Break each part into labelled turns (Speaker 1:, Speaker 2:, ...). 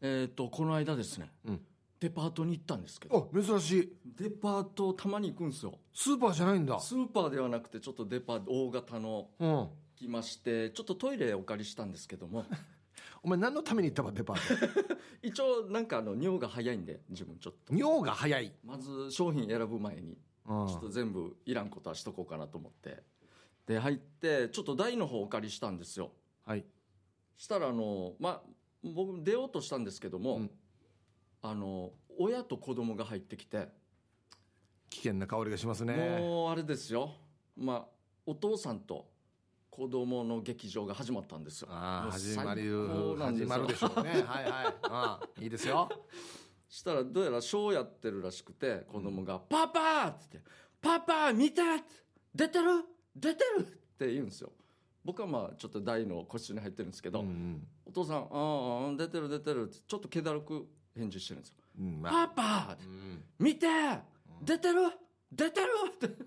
Speaker 1: えー、とこの間ですね、デパートに行ったんですけど
Speaker 2: あ珍しい
Speaker 1: デパートたまに行くんですよ
Speaker 2: スーパーじゃないんだ
Speaker 1: スーパーではなくてちょっとデパート大型の
Speaker 2: うん
Speaker 1: 来ましてちょっとトイレお借りしたんですけど も
Speaker 2: お前何のために行ったばデパ ート
Speaker 1: 一応なんかあの尿が早いんで自分ちょっと
Speaker 2: 尿が早い
Speaker 1: まず商品選ぶ前に
Speaker 2: うん
Speaker 1: ちょっと全部いらんことはしとこうかなと思ってで入ってちょっと台の方お借りしたんですよ
Speaker 2: はい
Speaker 1: したらあのまあ僕出ようとしたんですけども、
Speaker 2: うん
Speaker 1: あの親と子供が入ってきて、
Speaker 2: 危険な香りがしますね
Speaker 1: もうあれですよまあお父さんと子供の劇場が始まったんですよ
Speaker 2: あ
Speaker 1: も
Speaker 2: あ
Speaker 1: う
Speaker 2: 始まり
Speaker 1: 最高なんですよ
Speaker 2: 始まるでしょうねはいはいああいいですよ
Speaker 1: したらどうやらショーやってるらしくて子供が「パパ!」って言って「パパ見て!」って「出てる出てる!」って言うんですよ僕はまあちょっと台の個室に入ってるんですけど、
Speaker 2: うん
Speaker 1: お父さん「ああうん出てる出てる」ってちょっと気だるく返事してるんですよ
Speaker 2: うんう
Speaker 1: 「
Speaker 2: んまあ
Speaker 1: パパ
Speaker 2: うん
Speaker 1: 見て出てる出てる!」ってって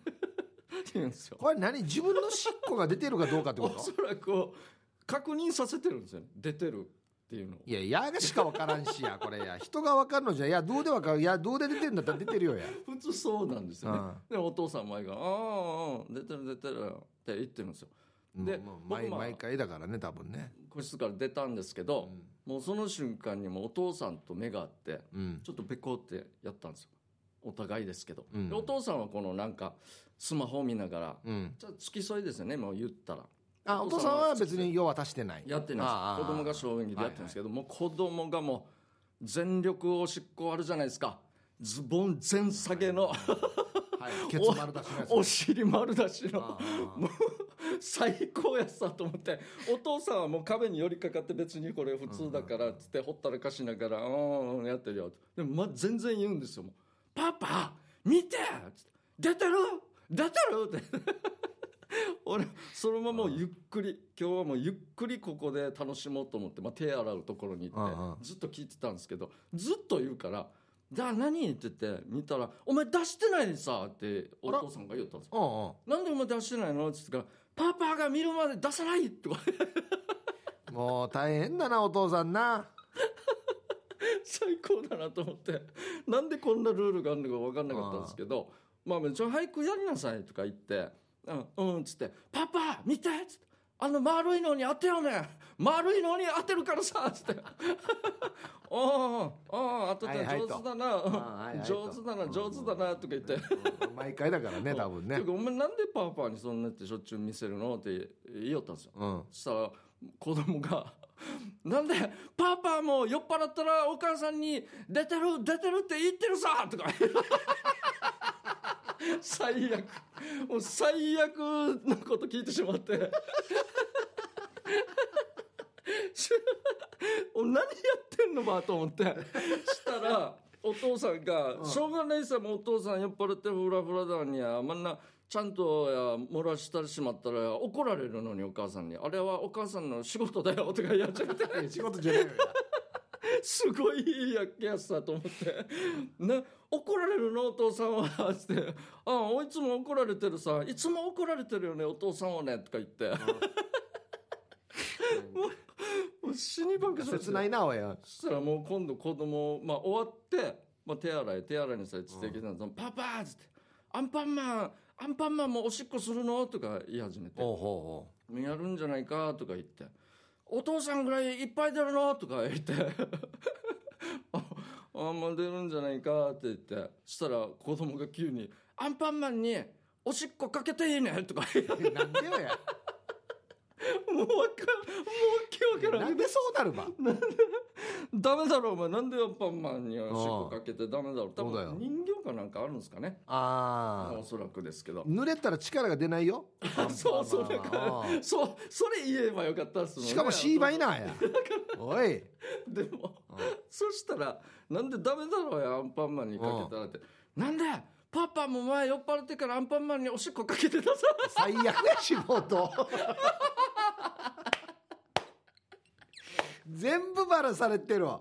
Speaker 1: 言うんですよ
Speaker 2: これ何自分の尻尾が出てるかどうかってこ
Speaker 1: お
Speaker 2: と
Speaker 1: そらく確認させてるんですよね出てるっていうのを
Speaker 2: いや、やがしかわからんしや、これや。人がわかるのじゃ、いや、どうでわかる、いや、どうで出てるんだったら出てるよや。
Speaker 1: 普通 そうなんですよね、でお父さん前が「ああうん出てる出てる」って言ってるんですよで
Speaker 2: もう
Speaker 1: 僕
Speaker 2: 毎
Speaker 1: まあ
Speaker 2: 毎回だからね、多分ね。
Speaker 1: 個室から出たんですけど、もうその瞬間にもうお父さんと目が合って
Speaker 2: うん。
Speaker 1: ちょっとペコってやったんですよお互いですけど、
Speaker 2: うん
Speaker 1: でお父さんはこのなんかスマホを見ながら、
Speaker 2: うん。
Speaker 1: じゃあ付き添いですよねもう言ったら
Speaker 2: あ、お父さんは別に用渡してない。
Speaker 1: やってないです
Speaker 2: ああ
Speaker 1: 子供が正面切りやってるんですけど、もう子供がもう全力おしっこあるじゃないですかズボン全下げの、
Speaker 2: はい。ケツ丸出しのやつ
Speaker 1: お尻丸出しの
Speaker 2: ああ
Speaker 1: もう最高やさと思ってお父さんはもう壁に寄りかかって別にこれ普通だからっつってほったらかしながら「うんうんやってるよ」でも、ま、全然言うんですよもう「パパ見て!」つって「出てる出てる!」って 俺そのままゆっくり今日はもうゆっくりここで楽しもうと思って、まあ、手洗うところに
Speaker 2: うん
Speaker 1: 行
Speaker 2: う
Speaker 1: っ
Speaker 2: ん
Speaker 1: てずっと聞いてたんですけどずっと言うから「じゃあ何?」って言って見たら「お前出してないさ」ってお父さんが言ったんですよ
Speaker 2: うんうん。
Speaker 1: なんでお前出してないのって言ったら、パパが見るまで出さないとか、
Speaker 2: もう大変だな、お父さんな。
Speaker 1: 最高だなと思って、 なんでこんなルールがあるのか分かんなかったんですけど、まあ、じゃあ俳句やりなさいとか言って、うん、うん、つって、パパ見てっつって、あの丸いのに当てようね丸いのに当てるからさつって。 おーおー当て
Speaker 2: はいは
Speaker 1: た
Speaker 2: い
Speaker 1: 上
Speaker 2: と
Speaker 1: 手だな、うん
Speaker 2: あはいはい と
Speaker 1: 上手だな、上手だな、とか言って。
Speaker 2: うん毎回だからね、多分ね
Speaker 1: て。かお前なんでパパにそんなってしょっちゅう見せるのって言いよったんですよ。
Speaker 2: うん。
Speaker 1: そしたら子供が 「なんでパパも酔っ払ったらお母さんに出てる出てるって言ってるさ!」とか 最悪もう最悪のこと聞いてしまってしお何やってんのばと思ってしたらお父さんが「しょうがないさもうお父さん酔っ払ってフラフラだにやまんなちゃんとや漏らしたりしまったら怒られるのにお母さんにあれはお母さんの仕事だよ」とか言っちゃって
Speaker 2: いや仕事じゃないよ。
Speaker 1: すごいいいやっけやつだと思って 「な怒られるのお父さんは」つって「ああいつも怒られてるさいつも怒られてるよねお父さんはね」とか言ってもう死にばっかし
Speaker 2: 切ないな、おや。
Speaker 1: そしたらもう今度子供まあ終わって、まあ、手洗い手洗いにさえつってきたの、パパー!」っつって「アンパンマンアンパンマンもおしっこするの?」とか言い始めて
Speaker 2: おうほ
Speaker 1: 「やるんじゃないか」とか言って「お父さんぐらいいっぱい出るの?」とか言って「ああんま出るんじゃないか」って言ってそしたら子供が急に「アンパンマンにおしっこかけていいね」とか言って
Speaker 2: うほう。なんでよや。
Speaker 1: もうわかんもう気わからん
Speaker 2: なんでそうなる ば。
Speaker 1: ダメだろお前なんでアンパンマンには尻尾かけてダメだろ多
Speaker 2: そうだよ
Speaker 1: 分人形かなんかあるんですかね
Speaker 2: ああ
Speaker 1: お。そらくですけど
Speaker 2: 濡れたら力が出ないよ。
Speaker 1: そうそう
Speaker 2: まあ
Speaker 1: だ
Speaker 2: ま
Speaker 1: か
Speaker 2: あまあ
Speaker 1: らそうそれ言えばよかったっすもんね
Speaker 2: しかもシーバイナーや。おい。
Speaker 1: でもそしたらなんでダメだろうやアンパンマンにかけたらってなんでパパも前酔っ払ってからアンパンマンにおしっこかけてたさ
Speaker 2: 最悪や仕事。 全部バラされてるわ。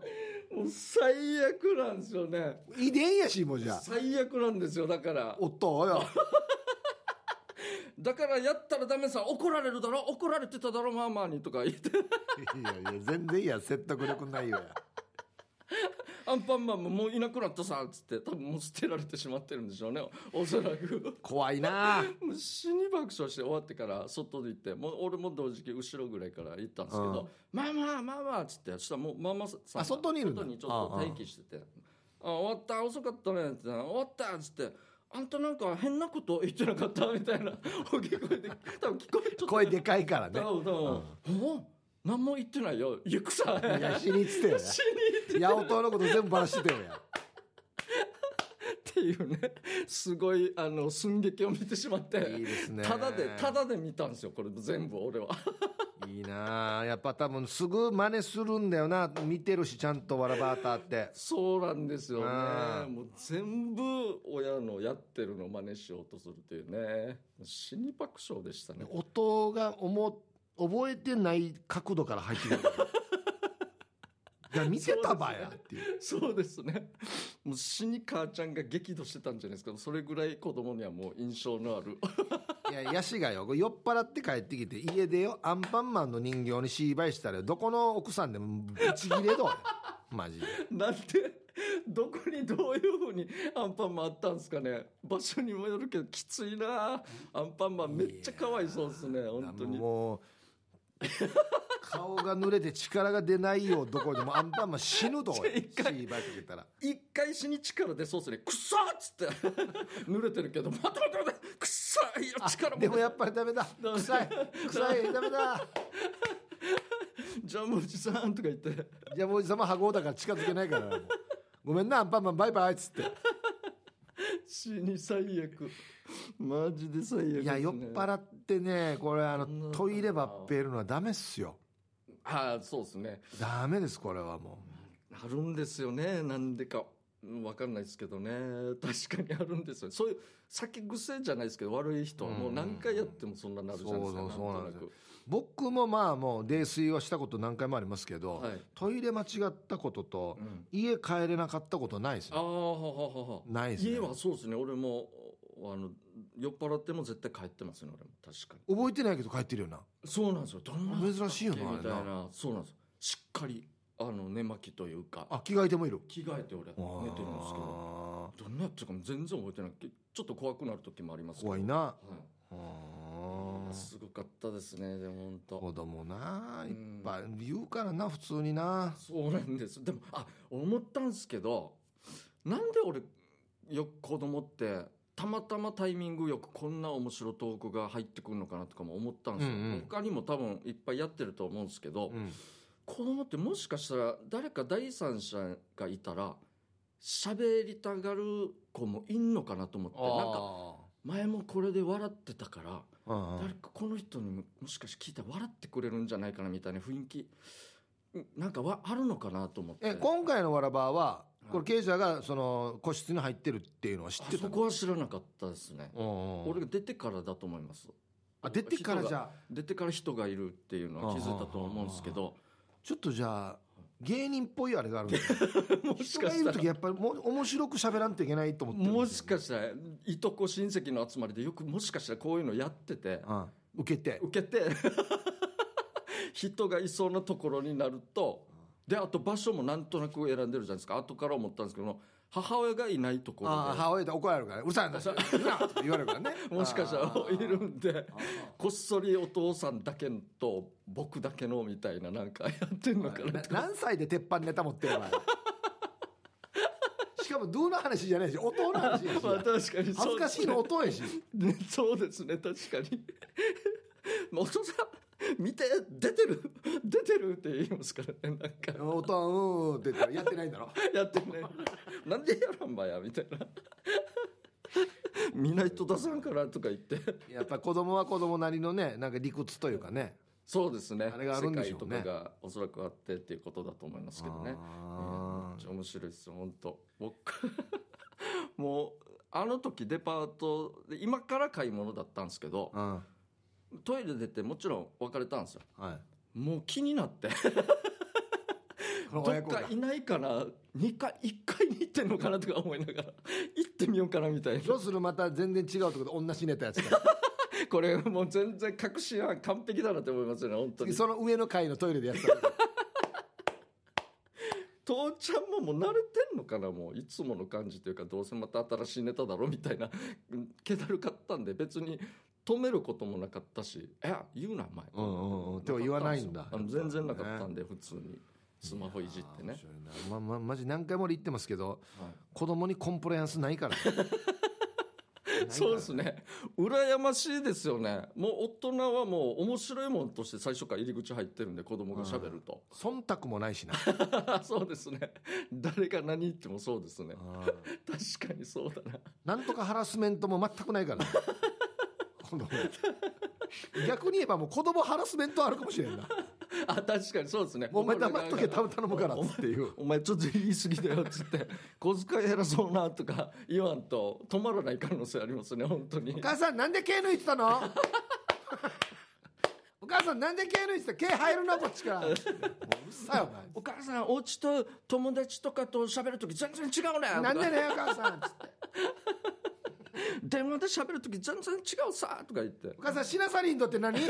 Speaker 1: もう最悪なんですよね
Speaker 2: 遺伝やし、もうじゃあ。
Speaker 1: 最悪なんですよだから
Speaker 2: おっと、およ。
Speaker 1: だからやったらダメさ怒られるだろ怒られてただろママにとか言って
Speaker 2: いやいや、全然いいや、説得力ないよや。
Speaker 1: アンパンマンももういなくなったさ」っつって多分もう捨てられてしまってるんでしょうねおそらく。
Speaker 2: 怖いなあ
Speaker 1: もう死に爆笑して終わってから外で行ってもう俺も同時期後ろぐらいから行ったんですけど「ママママ」っつってそしたらもうママさんが
Speaker 2: あ外にいるんだ
Speaker 1: 外にちょっと待機してて「あ終わった遅かったね」っつって「終わった」っつって「あんたなんか変なこと言ってなかった」みたいな大きい声で多分聞こえて
Speaker 2: 声でかいからね
Speaker 1: た多分多分もう何も言ってないよ行くさ」
Speaker 2: いや死につってよ
Speaker 1: 死に
Speaker 2: や八乙女のこと全部ばらしてたよや
Speaker 1: っていうねすごいあの寸劇を見てしまって
Speaker 2: いいですね
Speaker 1: ただでただで見たんですよこれ全部俺は。
Speaker 2: いいなあやっぱ多分すぐ真似するんだよな見てるしちゃんとわらばーたって
Speaker 1: そうなんですよ
Speaker 2: あー
Speaker 1: ね。もう全部親のやってるのを真似しようとするというね。死に爆笑で したね。
Speaker 2: 音が思覚えてない角度から入ってく るいや見てたばやっていう
Speaker 1: そうですね。もう死に母ちゃんが激怒してたんじゃないですか。それぐらい子供にはもう印象のある。
Speaker 2: いや、ヤシがよ、これ酔っ払って帰ってきて、家でよ、アンパンマンの人形に芝居したらよ、どこの奥さんでもぶち切れど。 マジで。
Speaker 1: なんで、どこにどういうふうにアンパンマンあったんですかね。場所にもよるけど、きついなアンパンマンめっちゃかわいそうですね。本当に。
Speaker 2: もう、顔が濡れて力が出ないよ、どこでも。アンパンマン 死ぬど、おい芝居かけたら。
Speaker 1: 一回死に力出そうですね。くっそーっつって、 濡れてるけど、またまたまた、くっそーいや、力も
Speaker 2: でもやっぱりダメ だ。臭い。臭い。ダメだ。
Speaker 1: ジャムおじさんとか言って、
Speaker 2: じゃあもうおじさまはごうだから近づけないから。もうごめんな、アンパンマン、バイバイっつって。
Speaker 1: 死に最悪。マジで最悪です、ね。
Speaker 2: いや、酔っ払ってね、これ、あの、トイレばっぺるのはダメっすよ。
Speaker 1: ああ、そうですね。
Speaker 2: ダメです、これはもう。
Speaker 1: あるんですよね。なんでか。うんわかんないですけどね。確かにあるんですよ。そういう、酒癖じゃないですけど、悪い人はもう何回やってもそんななるじゃないですか。
Speaker 2: そうそうそうなんですよ
Speaker 1: と
Speaker 2: 僕もまあもう泥酔はしたこと何回もありますけど、
Speaker 1: なくはい。
Speaker 2: トイレ間違ったことと、
Speaker 1: うん
Speaker 2: 家帰れなかったことないです
Speaker 1: ああ、
Speaker 2: よ
Speaker 1: はははは。
Speaker 2: ないですね
Speaker 1: 家はそうですね。俺も、あの、酔っ払っても絶対帰ってますね。俺も確かに。
Speaker 2: 覚えてないけど帰ってるよな
Speaker 1: そうなんですよ。どんな
Speaker 2: 珍しいよなあれな
Speaker 1: みたいな。そうなんです。しっかり、あの、寝巻きというか。
Speaker 2: あ着替えてもいる
Speaker 1: 着替えて俺寝てるんですけど
Speaker 2: あ
Speaker 1: どんなやつかも全然覚えてなくてちょっと怖くなる時もありま
Speaker 2: ー
Speaker 1: すけど
Speaker 2: 怖いな
Speaker 1: は
Speaker 2: うー
Speaker 1: い
Speaker 2: ん
Speaker 1: すごかったですねでも本当
Speaker 2: 子供な
Speaker 1: う
Speaker 2: いっ
Speaker 1: ん
Speaker 2: ぱい言うからな普通にな
Speaker 1: そうなんですでもあ思ったんですけどなんで俺よく子供ってたまたまタイミングよくこんな面白いトークが入ってくるのかなとかも思ったんですよ、
Speaker 2: うんうん
Speaker 1: 他にも多分いっぱいやってると思うんですけど、
Speaker 2: うん
Speaker 1: 子供ってもしかしたら誰か第三者がいたら喋りたがる子もいんのかなと思ってなんか前もこれで笑ってたから、
Speaker 2: うんうん
Speaker 1: 誰かこの人にももしかして聞いたら笑ってくれるんじゃないかなみたいな雰囲気んなんかはあるのかなと思って
Speaker 2: え今回のわらばはこれ
Speaker 1: はい
Speaker 2: 経営者がその個室に入ってるっていうのは知って
Speaker 1: あそ
Speaker 2: た
Speaker 1: こ
Speaker 2: の
Speaker 1: は知らなかったですね、
Speaker 2: うんうん
Speaker 1: 俺が出てからだと思います
Speaker 2: あ出てからじ
Speaker 1: 人が
Speaker 2: ゃあ
Speaker 1: 出てから人がいるっていうのは気づいたと思うんですけど
Speaker 2: ちょっとじゃあ芸人っぽいあれがあるん ですよ
Speaker 1: もし
Speaker 2: 人
Speaker 1: か
Speaker 2: がい
Speaker 1: し
Speaker 2: る
Speaker 1: た
Speaker 2: 時
Speaker 1: ら
Speaker 2: やっぱりも面白く喋らんといけないと思ってるん
Speaker 1: も
Speaker 2: です
Speaker 1: し
Speaker 2: よ
Speaker 1: かしたらいとこ親戚の集まりでよくもしかしたらこういうのやってて
Speaker 2: うん、受けて
Speaker 1: 受けて 人がいそうなところになるとであと場所もなんとなく選んでるじゃないですか後から思ったんですけど母親がいないとこ
Speaker 2: ああ
Speaker 1: ろ
Speaker 2: 母親で怒られるからねうるさいなうるさいなって言われるからね
Speaker 1: で もしかしたら
Speaker 2: あー
Speaker 1: いるんで
Speaker 2: あー
Speaker 1: こっそりお父さんだけと僕だけのみたいななんかやってんのかな
Speaker 2: な何歳で鉄板ネタ持っ てるのしかもどうの話じゃないし音の話やし
Speaker 1: まあ確かにそう
Speaker 2: 恥ずかしいの音やし
Speaker 1: ね そうですね確かに お父さん見て出てる出てるって言いますからねなんか
Speaker 2: 音はうんうんって言ったらやってないんだろ
Speaker 1: やってね。なんでやらんばや、みたいな。見ないと出さんからとか言って。
Speaker 2: やっぱ子供は子供なりのねなんか理屈というかね
Speaker 1: そうですね。
Speaker 2: あれがあるんでしょうね
Speaker 1: 世界とかがおそらくあってっていうことだと思いますけどね。うんめ
Speaker 2: あ
Speaker 1: っ
Speaker 2: ー
Speaker 1: ちゃ面白いですよ、本当僕、 もう、あの時デパートで、今から買い物だったんですけど、
Speaker 2: うんは
Speaker 1: トイレ出てもちろん別れたんですよ。
Speaker 2: い
Speaker 1: もう気になって、
Speaker 2: こ
Speaker 1: どっ
Speaker 2: の 親子
Speaker 1: か
Speaker 2: が
Speaker 1: いないかな、2回、1回に行ってんのかなとか思いながら、行ってみようかなみたいな。
Speaker 2: どうするまた全然違うところで同じネタやってた
Speaker 1: これもう全然隠しは完璧だなって思いますよね本当に
Speaker 2: その上の階のトイレでやってた
Speaker 1: 父ちゃんももう慣れてんのかなもういつもの感じというかどうせまた新しいネタだろみたいな うん気だるかったんで別に止めることもなかったし「え言うなお前」
Speaker 2: うんうんうんでも言わないんだ
Speaker 1: あの全然なかったんで普通にスマホいじってね
Speaker 2: 面白いなままマジ何回も俺言ってますけど
Speaker 1: はい
Speaker 2: 子供にコンプライアンスないから
Speaker 1: そうで
Speaker 2: ね
Speaker 1: すね。羨ましいですよね。もう大人はもう面白いもんとして最初から入り口入ってるんで子供が喋ると。
Speaker 2: 忖度もないしな
Speaker 1: そうですね。誰が何言ってもそうですね。
Speaker 2: うん
Speaker 1: 確かにそうだな。
Speaker 2: なんとかハラスメントも全くないから子供逆に言えばもう子供ハラスメントあるかもしれんな
Speaker 1: あ、確かにそうですね。
Speaker 2: もうお前黙っとけ
Speaker 1: お前
Speaker 2: 頼むからっつっていう
Speaker 1: お前ちょっと言い過ぎだよっつって 小遣い減らそうなとか言わんと止まらない可能性ありますね本当に
Speaker 2: お母さんなんで毛抜いてたの お母さんなんで毛抜いてた毛入るなこっちからもううるさい
Speaker 1: お母さんお家と友達とかと喋るとき全然違うね
Speaker 2: お前なんでねお母さんつって
Speaker 1: 電話で喋るとき全然違うさとか言って
Speaker 2: お母さんシナサリンとって何で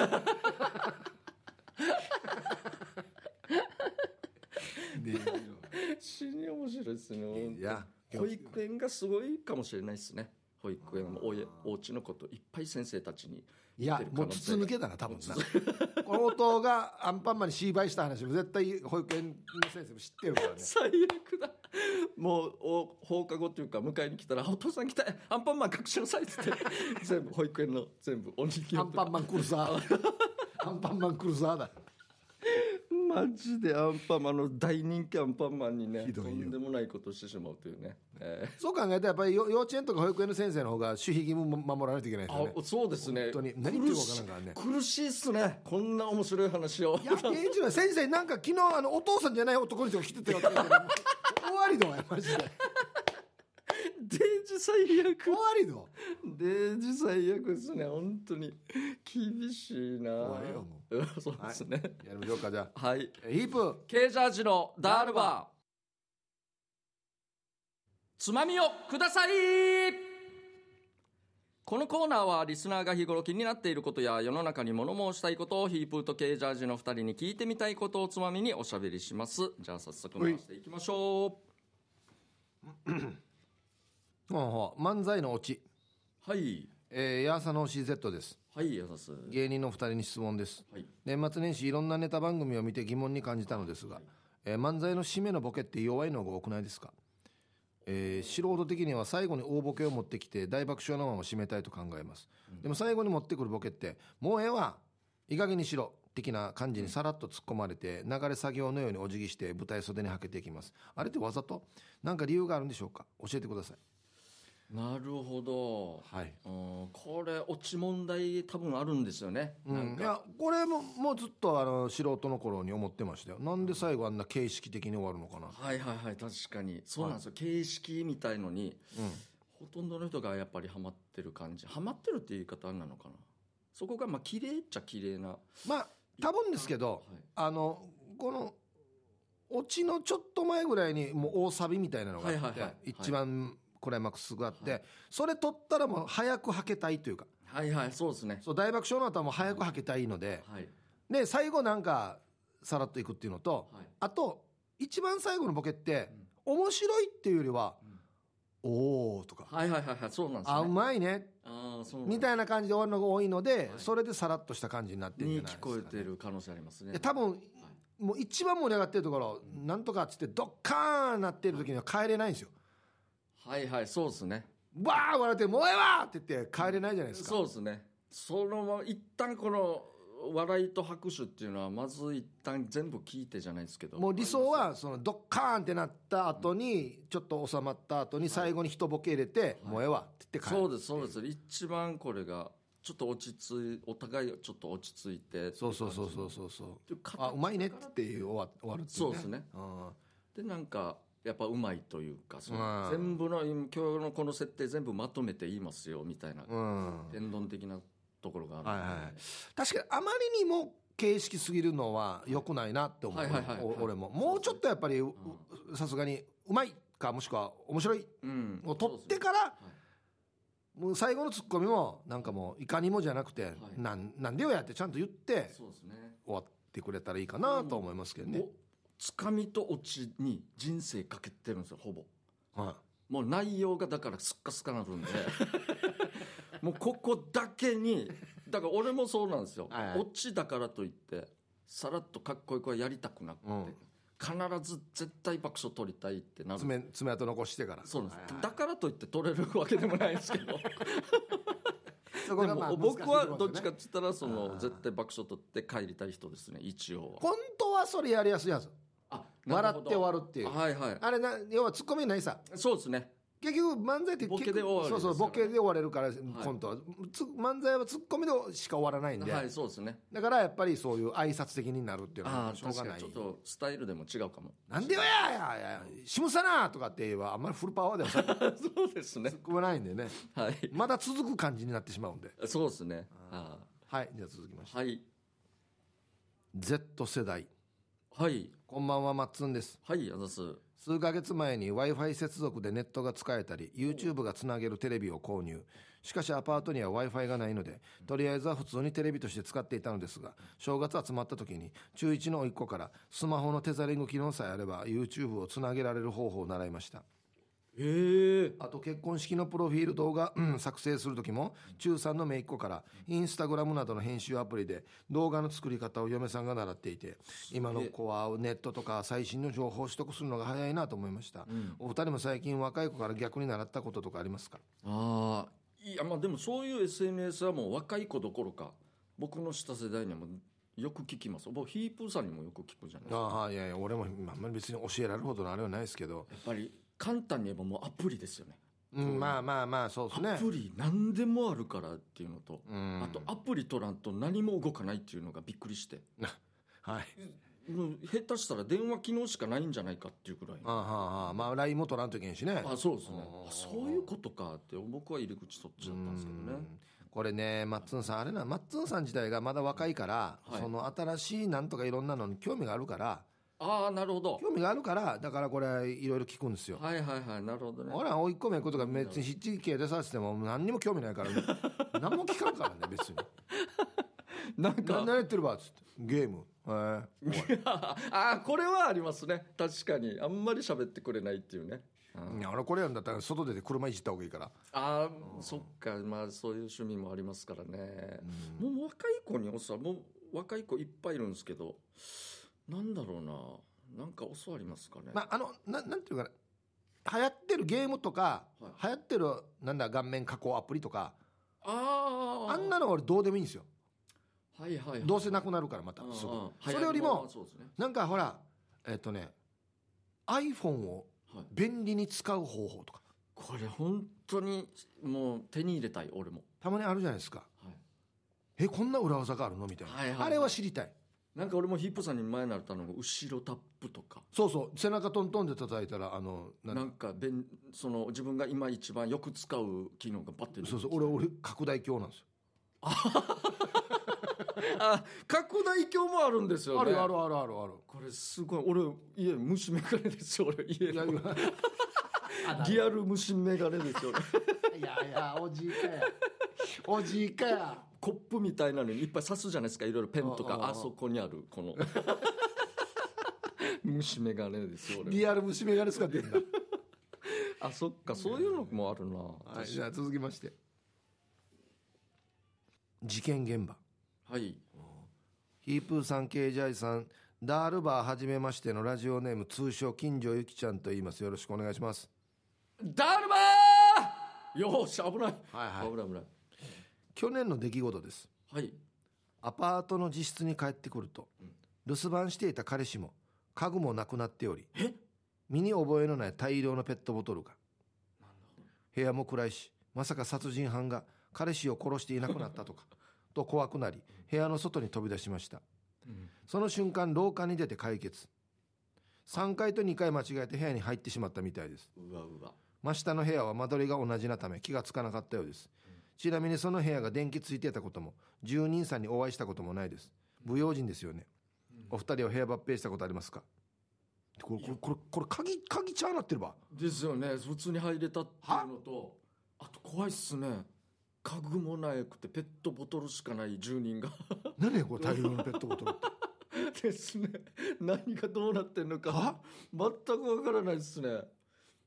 Speaker 1: 死に面白いですね本当に
Speaker 2: いや
Speaker 1: 保育園がすごいかもしれないですね保育園もおやお家のこといっぱい先生たちに
Speaker 2: いやもう筒抜けだな多分なこの音がアンパンマンに芝居した話も絶対保育園の先生も知ってるからね
Speaker 1: 最悪だもうお放課後というか迎えに来たら「お父さん来たアンパンマン隠しなさい」っ つって全部保育園の全部おにぎり
Speaker 2: ア
Speaker 1: と
Speaker 2: ンパ
Speaker 1: か
Speaker 2: ンマン来るさアンパンマン来るさだ
Speaker 1: マジでアンパンマンの大人気アンパンマンにね
Speaker 2: ひ
Speaker 1: と
Speaker 2: どいよ
Speaker 1: んでもないことをしてしまうというね、え
Speaker 2: そう考えたらやっぱりよ幼稚園とか保育園の先生の方が守秘義務も守らないといけない
Speaker 1: ー
Speaker 2: ですよね
Speaker 1: あそうですね
Speaker 2: 本当に何言ってるか分からんからね
Speaker 1: 苦し苦しいっすねこんな面白い話を
Speaker 2: いやっていうのは先生なんか昨日あのお父さんじゃない男の人が来てたよって言ってたけど終わりだわよマジで
Speaker 1: デージ最悪
Speaker 2: 終わりだわ
Speaker 1: デージ最悪ですね本当に厳しいな
Speaker 2: わりよも
Speaker 1: うんそうですね
Speaker 2: やりましょうかじゃあ
Speaker 1: はい、
Speaker 2: えヒープ
Speaker 1: ケージャージのダールバーつまみをくださいこのコーナーはリスナーが日頃気になっていることや世の中に物申したいことをヒープーとケージャージの2人に聞いてみたいことをつまみにおしゃべりしますじゃあ早速回していきましょ
Speaker 2: ほうほう漫才のオチ
Speaker 1: うはい
Speaker 2: えー、ヤーサの CZ です
Speaker 1: はいやさすは
Speaker 2: 芸人のお二人に質問です
Speaker 1: い
Speaker 2: 年末年始いろんなネタ番組を見て疑問に感じたのですが、えー漫才の締めのボケって弱いのが多くないですか、えー素人的には最後に大ボケを持ってきて大爆笑のまま締めたいと考えます、でも最後に持ってくるボケって「もうええわいい加減にしろ」的な感じにさらっと突っ込まれて流れ作業のようにお辞儀して舞台袖にはけていきますあれってわざと何か理由があるんでしょうか教えてください
Speaker 1: なるほど
Speaker 2: はい
Speaker 1: うんこれ落ち問題多分あるんですよね、
Speaker 2: う
Speaker 1: なんん、
Speaker 2: い
Speaker 1: か
Speaker 2: やこれももうずっとあの素人の頃に思ってましたよなんで最後あんな形式的に終わるのかな
Speaker 1: はいはいはい確かにそうなんですよ、形式みたいのに
Speaker 2: うん
Speaker 1: ほとんどの人がやっぱりハマってる感じハマってるっていう言い方なのかなそこがまあ綺麗っちゃ綺麗な、は
Speaker 2: まあ多分ですけど
Speaker 1: い、
Speaker 2: あのこのオチのちょっと前ぐらいにもう大サビみたいなのがあって、
Speaker 1: はいはいはい
Speaker 2: 一番クライマックスがあって、
Speaker 1: はい
Speaker 2: それ取ったらもう早くはけたいというか
Speaker 1: はいはいそうですね
Speaker 2: そう大爆笑の後はもう早くはけたいので
Speaker 1: はい
Speaker 2: で最後なんかさらっといくっていうのと
Speaker 1: はい
Speaker 2: あと一番最後のボケって
Speaker 1: うん
Speaker 2: 面白いっていうよりは
Speaker 1: うん
Speaker 2: 「おお」とか
Speaker 1: はいはいはいはいそうなん
Speaker 2: 「
Speaker 1: です
Speaker 2: あう
Speaker 1: ね
Speaker 2: まいね」
Speaker 1: ああそうなん
Speaker 2: みたいな感じで終わるのが多いので、
Speaker 1: はい
Speaker 2: それでさらっとした感じになってるんじ
Speaker 1: に
Speaker 2: ゃない
Speaker 1: 聞
Speaker 2: ですか、ね。
Speaker 1: こえてる可能性あります
Speaker 2: い
Speaker 1: ね
Speaker 2: や多分もう一番盛り上がってるところ、なんとかっつってドッカーンなってる時には帰れないんですよ。
Speaker 1: はいはいそうですね
Speaker 2: わー笑って、もうええわーって言って帰れないじゃないですか。
Speaker 1: そうですねそのまま一旦この笑いと拍手っていうのはまず一旦全部聞いてじゃないですけど
Speaker 2: もう理想は、そのドッカーンってなった後に、ちょっと収まった後に最後に一ボケ入れて、もうええわって言って帰る。
Speaker 1: そうですそうです一番これがちょっと落ち着いお互いちょっと落ち着いて
Speaker 2: そうそうそうそうそうそう。
Speaker 1: っていう形
Speaker 2: あ、うまいねって言って終わ終わるっていうね。
Speaker 1: そうですね
Speaker 2: うん。
Speaker 1: でなんかやっぱうまいというかそ
Speaker 2: うん
Speaker 1: の全部の今今日のこの設定全部まとめて言いますよみたいな
Speaker 2: うん。
Speaker 1: 天丼的なところがある
Speaker 2: はいはい、確かにあまりにも形式すぎるのは良くないなって思う、
Speaker 1: はいはいはいはい
Speaker 2: お俺ももうちょっとやっぱりうさすがにうまいかもしくは面白い
Speaker 1: うん
Speaker 2: を取って
Speaker 1: そうですね
Speaker 2: から、
Speaker 1: はい
Speaker 2: もう最後のツッコミもなんかもういかにもじゃなくて、なんなんでよやってちゃんと言って
Speaker 1: そうですね
Speaker 2: 終わってくれたらいいかなと思いますけどね、
Speaker 1: おつかみと落ちに人生かけてるんですよほぼ
Speaker 2: は
Speaker 1: もう内容がだからすっかすかなるんで もうここだけにだから俺もそうなんですよ
Speaker 2: はいはい
Speaker 1: オチだからといってさらっとかっこいい子はやりたくなくて、
Speaker 2: うん、
Speaker 1: 必ず絶対爆笑取りたいってないる
Speaker 2: 爪爪痕残してから
Speaker 1: そうなんです、
Speaker 2: はいはい
Speaker 1: だからといって取れるわけでもないです けど
Speaker 2: そこ
Speaker 1: で
Speaker 2: がまあ
Speaker 1: も僕はどっちか
Speaker 2: 難し
Speaker 1: っつ
Speaker 2: いところですね
Speaker 1: ったらそ
Speaker 2: あ
Speaker 1: の
Speaker 2: ー
Speaker 1: 絶対爆笑取って帰りたい人ですね一応
Speaker 2: 本当はそれやりやすいやつ
Speaker 1: あ
Speaker 2: 笑って終わ
Speaker 1: る
Speaker 2: るっていう
Speaker 1: はいはい
Speaker 2: あれな要はツッコミないさ
Speaker 1: そうですね
Speaker 2: 結局漫才って結局
Speaker 1: ボケで終わる
Speaker 2: そうそう
Speaker 1: ですよ
Speaker 2: ボ
Speaker 1: ね
Speaker 2: ケで終われるからコントは、つ漫才はツッコミでしか終わらないんで、
Speaker 1: はいそうですね
Speaker 2: だからやっぱりそういう挨拶的になるっていうの
Speaker 1: あ
Speaker 2: は
Speaker 1: あ
Speaker 2: しょう
Speaker 1: 確
Speaker 2: が
Speaker 1: か
Speaker 2: な
Speaker 1: に
Speaker 2: い
Speaker 1: ちょっとスタイルでも違うかも
Speaker 2: なんでよやややしむさなとかって言えばあんまりフルパワーでは突っ
Speaker 1: そうですね。
Speaker 2: 込まないんでね
Speaker 1: はい。
Speaker 2: まだ続く感じになってしまうんで
Speaker 1: そうですね。あ
Speaker 2: はいじゃあ続きまして
Speaker 1: ーはい。
Speaker 2: Z 世代
Speaker 1: はい。
Speaker 2: こんばんはまっつんです
Speaker 1: はい、あざっす。
Speaker 2: 数ヶ月前に w i f i 接続でネットが使えたり YouTube がつなげるテレビを購入しかしアパートには w i f i がないのでとりあえずは普通にテレビとして使っていたのですが正月集まった時に中1の甥っ子からスマホのテザリング機能さえあれば YouTube をつなげられる方法を習いました
Speaker 1: ええ。
Speaker 2: あと結婚式のプロフィール動画、うん作成する時も中3の姪っ子からインスタグラムなどの編集アプリで動画の作り方を嫁さんが習っていて今の子はネットとか最新の情報を取得するのが早いなと思いました、お二人も最近若い子から逆に習ったこととかありますか
Speaker 1: ああ。いや、まあでもそういう SNS はもう若い子どころか、僕の下世代にはもうよく聞きます。僕、ヒープーさんにもよく聞くじゃないですか。
Speaker 2: ああいやいや俺もあんまり別に教えられるほどのあれはないですけど、
Speaker 1: やっぱり、簡単に言えばもうアプリですよね。
Speaker 2: うん、まあまあまあそうですね
Speaker 1: アプリ何でもあるからっていうのと、
Speaker 2: うん
Speaker 1: あとアプリ取らんと何も動かないっていうのがびっくりして、
Speaker 2: はい
Speaker 1: もう下手したら電話機能しかないんじゃないかっていうくらいの。
Speaker 2: ああはあはあまあ LINE も取らんといけんしね
Speaker 1: あそうですね
Speaker 2: うん
Speaker 1: あそういうことかって僕は入り口そっちだったんですけどね
Speaker 2: うんこれねマッツンさんあれなマッツンさん自体がまだ若いから、
Speaker 1: はい
Speaker 2: その新しいなんとかいろんなのに興味があるから
Speaker 1: ああなるほど
Speaker 2: 興味があるからだからこれいろいろ聞くんですよ、
Speaker 1: はいはいはいなるほどね
Speaker 2: 俺は追い込めことが別にひっちり系でさせても何にも興味な いから、ね、何も聞かんからね別に
Speaker 1: なん
Speaker 2: 「何
Speaker 1: か
Speaker 2: 何やってるば」っつって「ゲーム」えー
Speaker 1: あ あこれはありますね確かにあんまり喋ってくれないっていうね
Speaker 2: いや俺これやるんだったら外出て車いじった方がいいから
Speaker 1: ああそっかまあそういう趣味もありますからねもう若い子におさもう若い子いっぱいいるんですけどなんだろうななんか教わりますかね
Speaker 2: まああのななんていうかな流行ってるゲームとか、
Speaker 1: はい
Speaker 2: 流行ってるなんだ顔面加工アプリとか
Speaker 1: ああ
Speaker 2: あんなの俺どうでもいいんですよ
Speaker 1: はいはいはい
Speaker 2: どうせなくなるからまたすぐ
Speaker 1: ああ
Speaker 2: それよ
Speaker 1: 流行
Speaker 2: りも
Speaker 1: りはそうですね
Speaker 2: なんかほらえっ、とね iPhone を
Speaker 1: はい
Speaker 2: 便利に使う方法とか
Speaker 1: これ本当にもう手に入れたい俺も、
Speaker 2: たまにあるじゃないですか
Speaker 1: はい
Speaker 2: えこんな裏技があるのみたいな、
Speaker 1: はいはいはい
Speaker 2: あれは知りたい
Speaker 1: なんか俺もヒップさんに前になったのが後ろタップとか
Speaker 2: そうそう背中トントンで叩いたらあのな
Speaker 1: なん
Speaker 2: だ
Speaker 1: んかべんその自分が今一番よく使う機能がバッて出てきて
Speaker 2: そうそう俺俺拡大鏡なんですよ
Speaker 1: あ拡大鏡もあるんですよね
Speaker 2: あるあるあるあるある
Speaker 1: これすごい俺家虫眼鏡ですよ俺家
Speaker 2: いや
Speaker 1: の
Speaker 2: いや
Speaker 1: リアル虫眼鏡ですよ俺
Speaker 2: いやいやおじいかやおじいかや
Speaker 1: コップみたいなのにいっぱい刺すじゃないですかいろいろペンと
Speaker 2: ああああ
Speaker 1: かあそこにあるこ の虫眼鏡ですよ俺
Speaker 2: リアル虫眼鏡使ってんだ、
Speaker 1: あそっかそういうのもあるな
Speaker 2: はい、じゃあ続きまして事件現場
Speaker 1: はい
Speaker 2: ヒープーさん、ケイジャイさん、ダールバーはじめましてのラジオネーム、通称金城ゆきちゃんと言います。よろしくお願いします。
Speaker 1: ダルマーよーし危ない、
Speaker 2: はいはい
Speaker 1: 危ない危ない
Speaker 2: 去年の出来事です。
Speaker 1: はい
Speaker 2: アパートの自室に帰ってくると、留守番していた彼氏も、家具もなくなっており、
Speaker 1: え
Speaker 2: 身に覚えのない大量のペットボトルが。部屋も暗いし、まさか殺人犯が彼氏を殺していなくなったとか、と怖くなり、部屋の外に飛び出しました。その瞬間、廊下に出て解決。3階と2階間違えて部屋に入ってしまったみたいです。
Speaker 1: うわうわ
Speaker 2: 真下の部屋は間取りが同じなため気がつかなかったようです。ちなみにその部屋が電気ついていたことも、住人さんにお会いしたこともないです。不用心ですよね。お二人は部屋抜兵したことありますかこれ、これ、これ、これ鍵、鍵ちゃうなってるば。
Speaker 1: ですよね普通に入れたっていうのとあと怖いっすね家具もなくてペットボトルしかない住人が
Speaker 2: 何やこれ大量のペットボトルって。
Speaker 1: ですね何がどうなってんのか
Speaker 2: は
Speaker 1: 全くわからないですね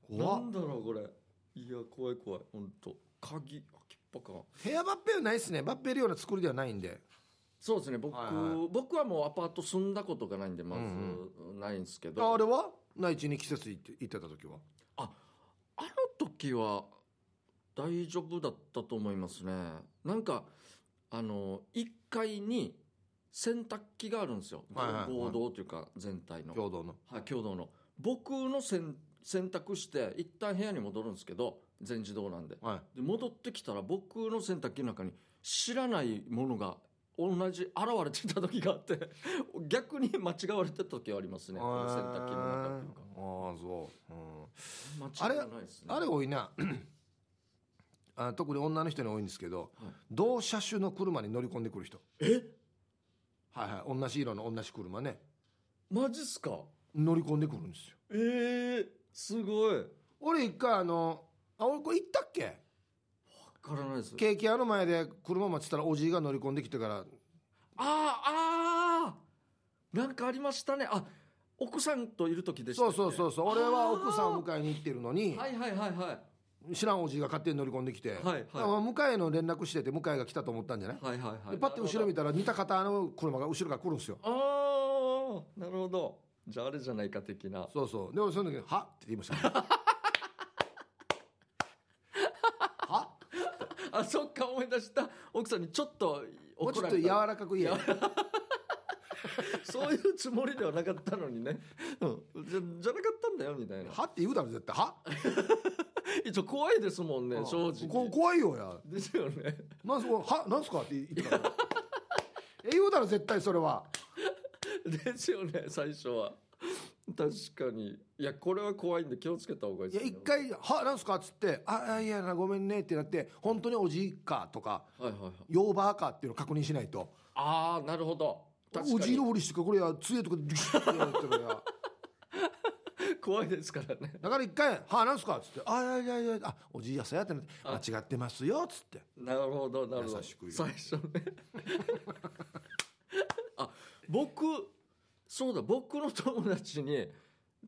Speaker 1: な
Speaker 2: 怖っ
Speaker 1: んだろうこれいや怖い怖い本当鍵開けっぱか
Speaker 2: 部屋バッペはないですねバッペるような作りではないんで
Speaker 1: そうですね僕、
Speaker 2: はいは
Speaker 1: 僕はもうアパート住んだことがないんでまず
Speaker 2: うん
Speaker 1: ないんですけど、
Speaker 2: ああれは内地に季節行って行ってた時は
Speaker 1: あの時は大丈夫だったと思いますねなんかあの1階に洗濯機があるんですよ、
Speaker 2: はいはい
Speaker 1: 合同というか全体の、
Speaker 2: 共同の
Speaker 1: はい、共同の僕の洗洗濯して一旦部屋に戻るんですけど全自動なんで
Speaker 2: はい
Speaker 1: で戻ってきたら僕の洗濯機の中に知らないものが同じ現れてた時があって 逆に間違われてた時はありますねこの洗濯機の中っていうか
Speaker 2: ああそう、うん、
Speaker 1: 間違いないですね
Speaker 2: あれ多いな あ特に女の人に多いんですけど、
Speaker 1: はい
Speaker 2: 同車種の車に乗り込んでくる人
Speaker 1: え
Speaker 2: はいはい同じ色の同じ車ね
Speaker 1: マジっすか
Speaker 2: 乗り込んでくるんですよ
Speaker 1: えー、すごいわ
Speaker 2: 俺一回あのあ俺これ行ったっけ
Speaker 1: からないです
Speaker 2: ケーキ屋の前で車待ってたらおじいが乗り込んできてから
Speaker 1: あーあーなんかありましたねあ奥さんといる時でしたっ
Speaker 2: そ
Speaker 1: け
Speaker 2: うそうそうそう俺は奥さんを迎えに行ってるのに
Speaker 1: はいはいはいはい
Speaker 2: 知らんおじいが勝手に乗り込んできて、
Speaker 1: はいはい
Speaker 2: だから向井の連絡してて向井が来たと思ったんじゃない、
Speaker 1: はいはいは
Speaker 2: で
Speaker 1: い
Speaker 2: パッて後ろ見たら似た方の車が後ろから来るんですよ
Speaker 1: ああなるほどじゃああれじゃないか的な
Speaker 2: そうそう。で、俺その時、はって言い ました、ね。は
Speaker 1: あそっか思い出した奥さんにちょっと
Speaker 2: もう
Speaker 1: 怒
Speaker 2: ちょっ
Speaker 1: ら
Speaker 2: と
Speaker 1: れ
Speaker 2: 柔
Speaker 1: た
Speaker 2: らかく言えよ。
Speaker 1: そういうつもりではなかったのにね、うん、じゃじゃなかったんだよみたいな
Speaker 2: はって言うだろ、絶対。は
Speaker 1: 一応怖いですもんね正
Speaker 2: こ
Speaker 1: 直
Speaker 2: 怖いよや。
Speaker 1: ですよね
Speaker 2: なんすか、はなんすかって言ってたから。 え、言うだろ、絶対それは。
Speaker 1: ですよね最初は確かにいやこれは怖いんで気をつけた方がいい
Speaker 2: い
Speaker 1: で
Speaker 2: や、
Speaker 1: すね
Speaker 2: 一回、はなんすかっつって、あ、あいや、ごめんねってなって、本当におじいかとか、
Speaker 1: はいはいはい
Speaker 2: ヨーバーかっていうのを確認しないと。
Speaker 1: ああなるほど確か
Speaker 2: お
Speaker 1: に
Speaker 2: じいのふりしてか、これや、つえとか、ジュシュッてやってるからや。
Speaker 1: 怖いですからね
Speaker 2: だから一回、はなんすかっつって、あ、いやいやいや、あ、おじいやさやってなって、間違ってますよ、っつって。
Speaker 1: なるほどなるほど
Speaker 2: 優しく言う
Speaker 1: 最初ね あ僕そうだ僕の友達に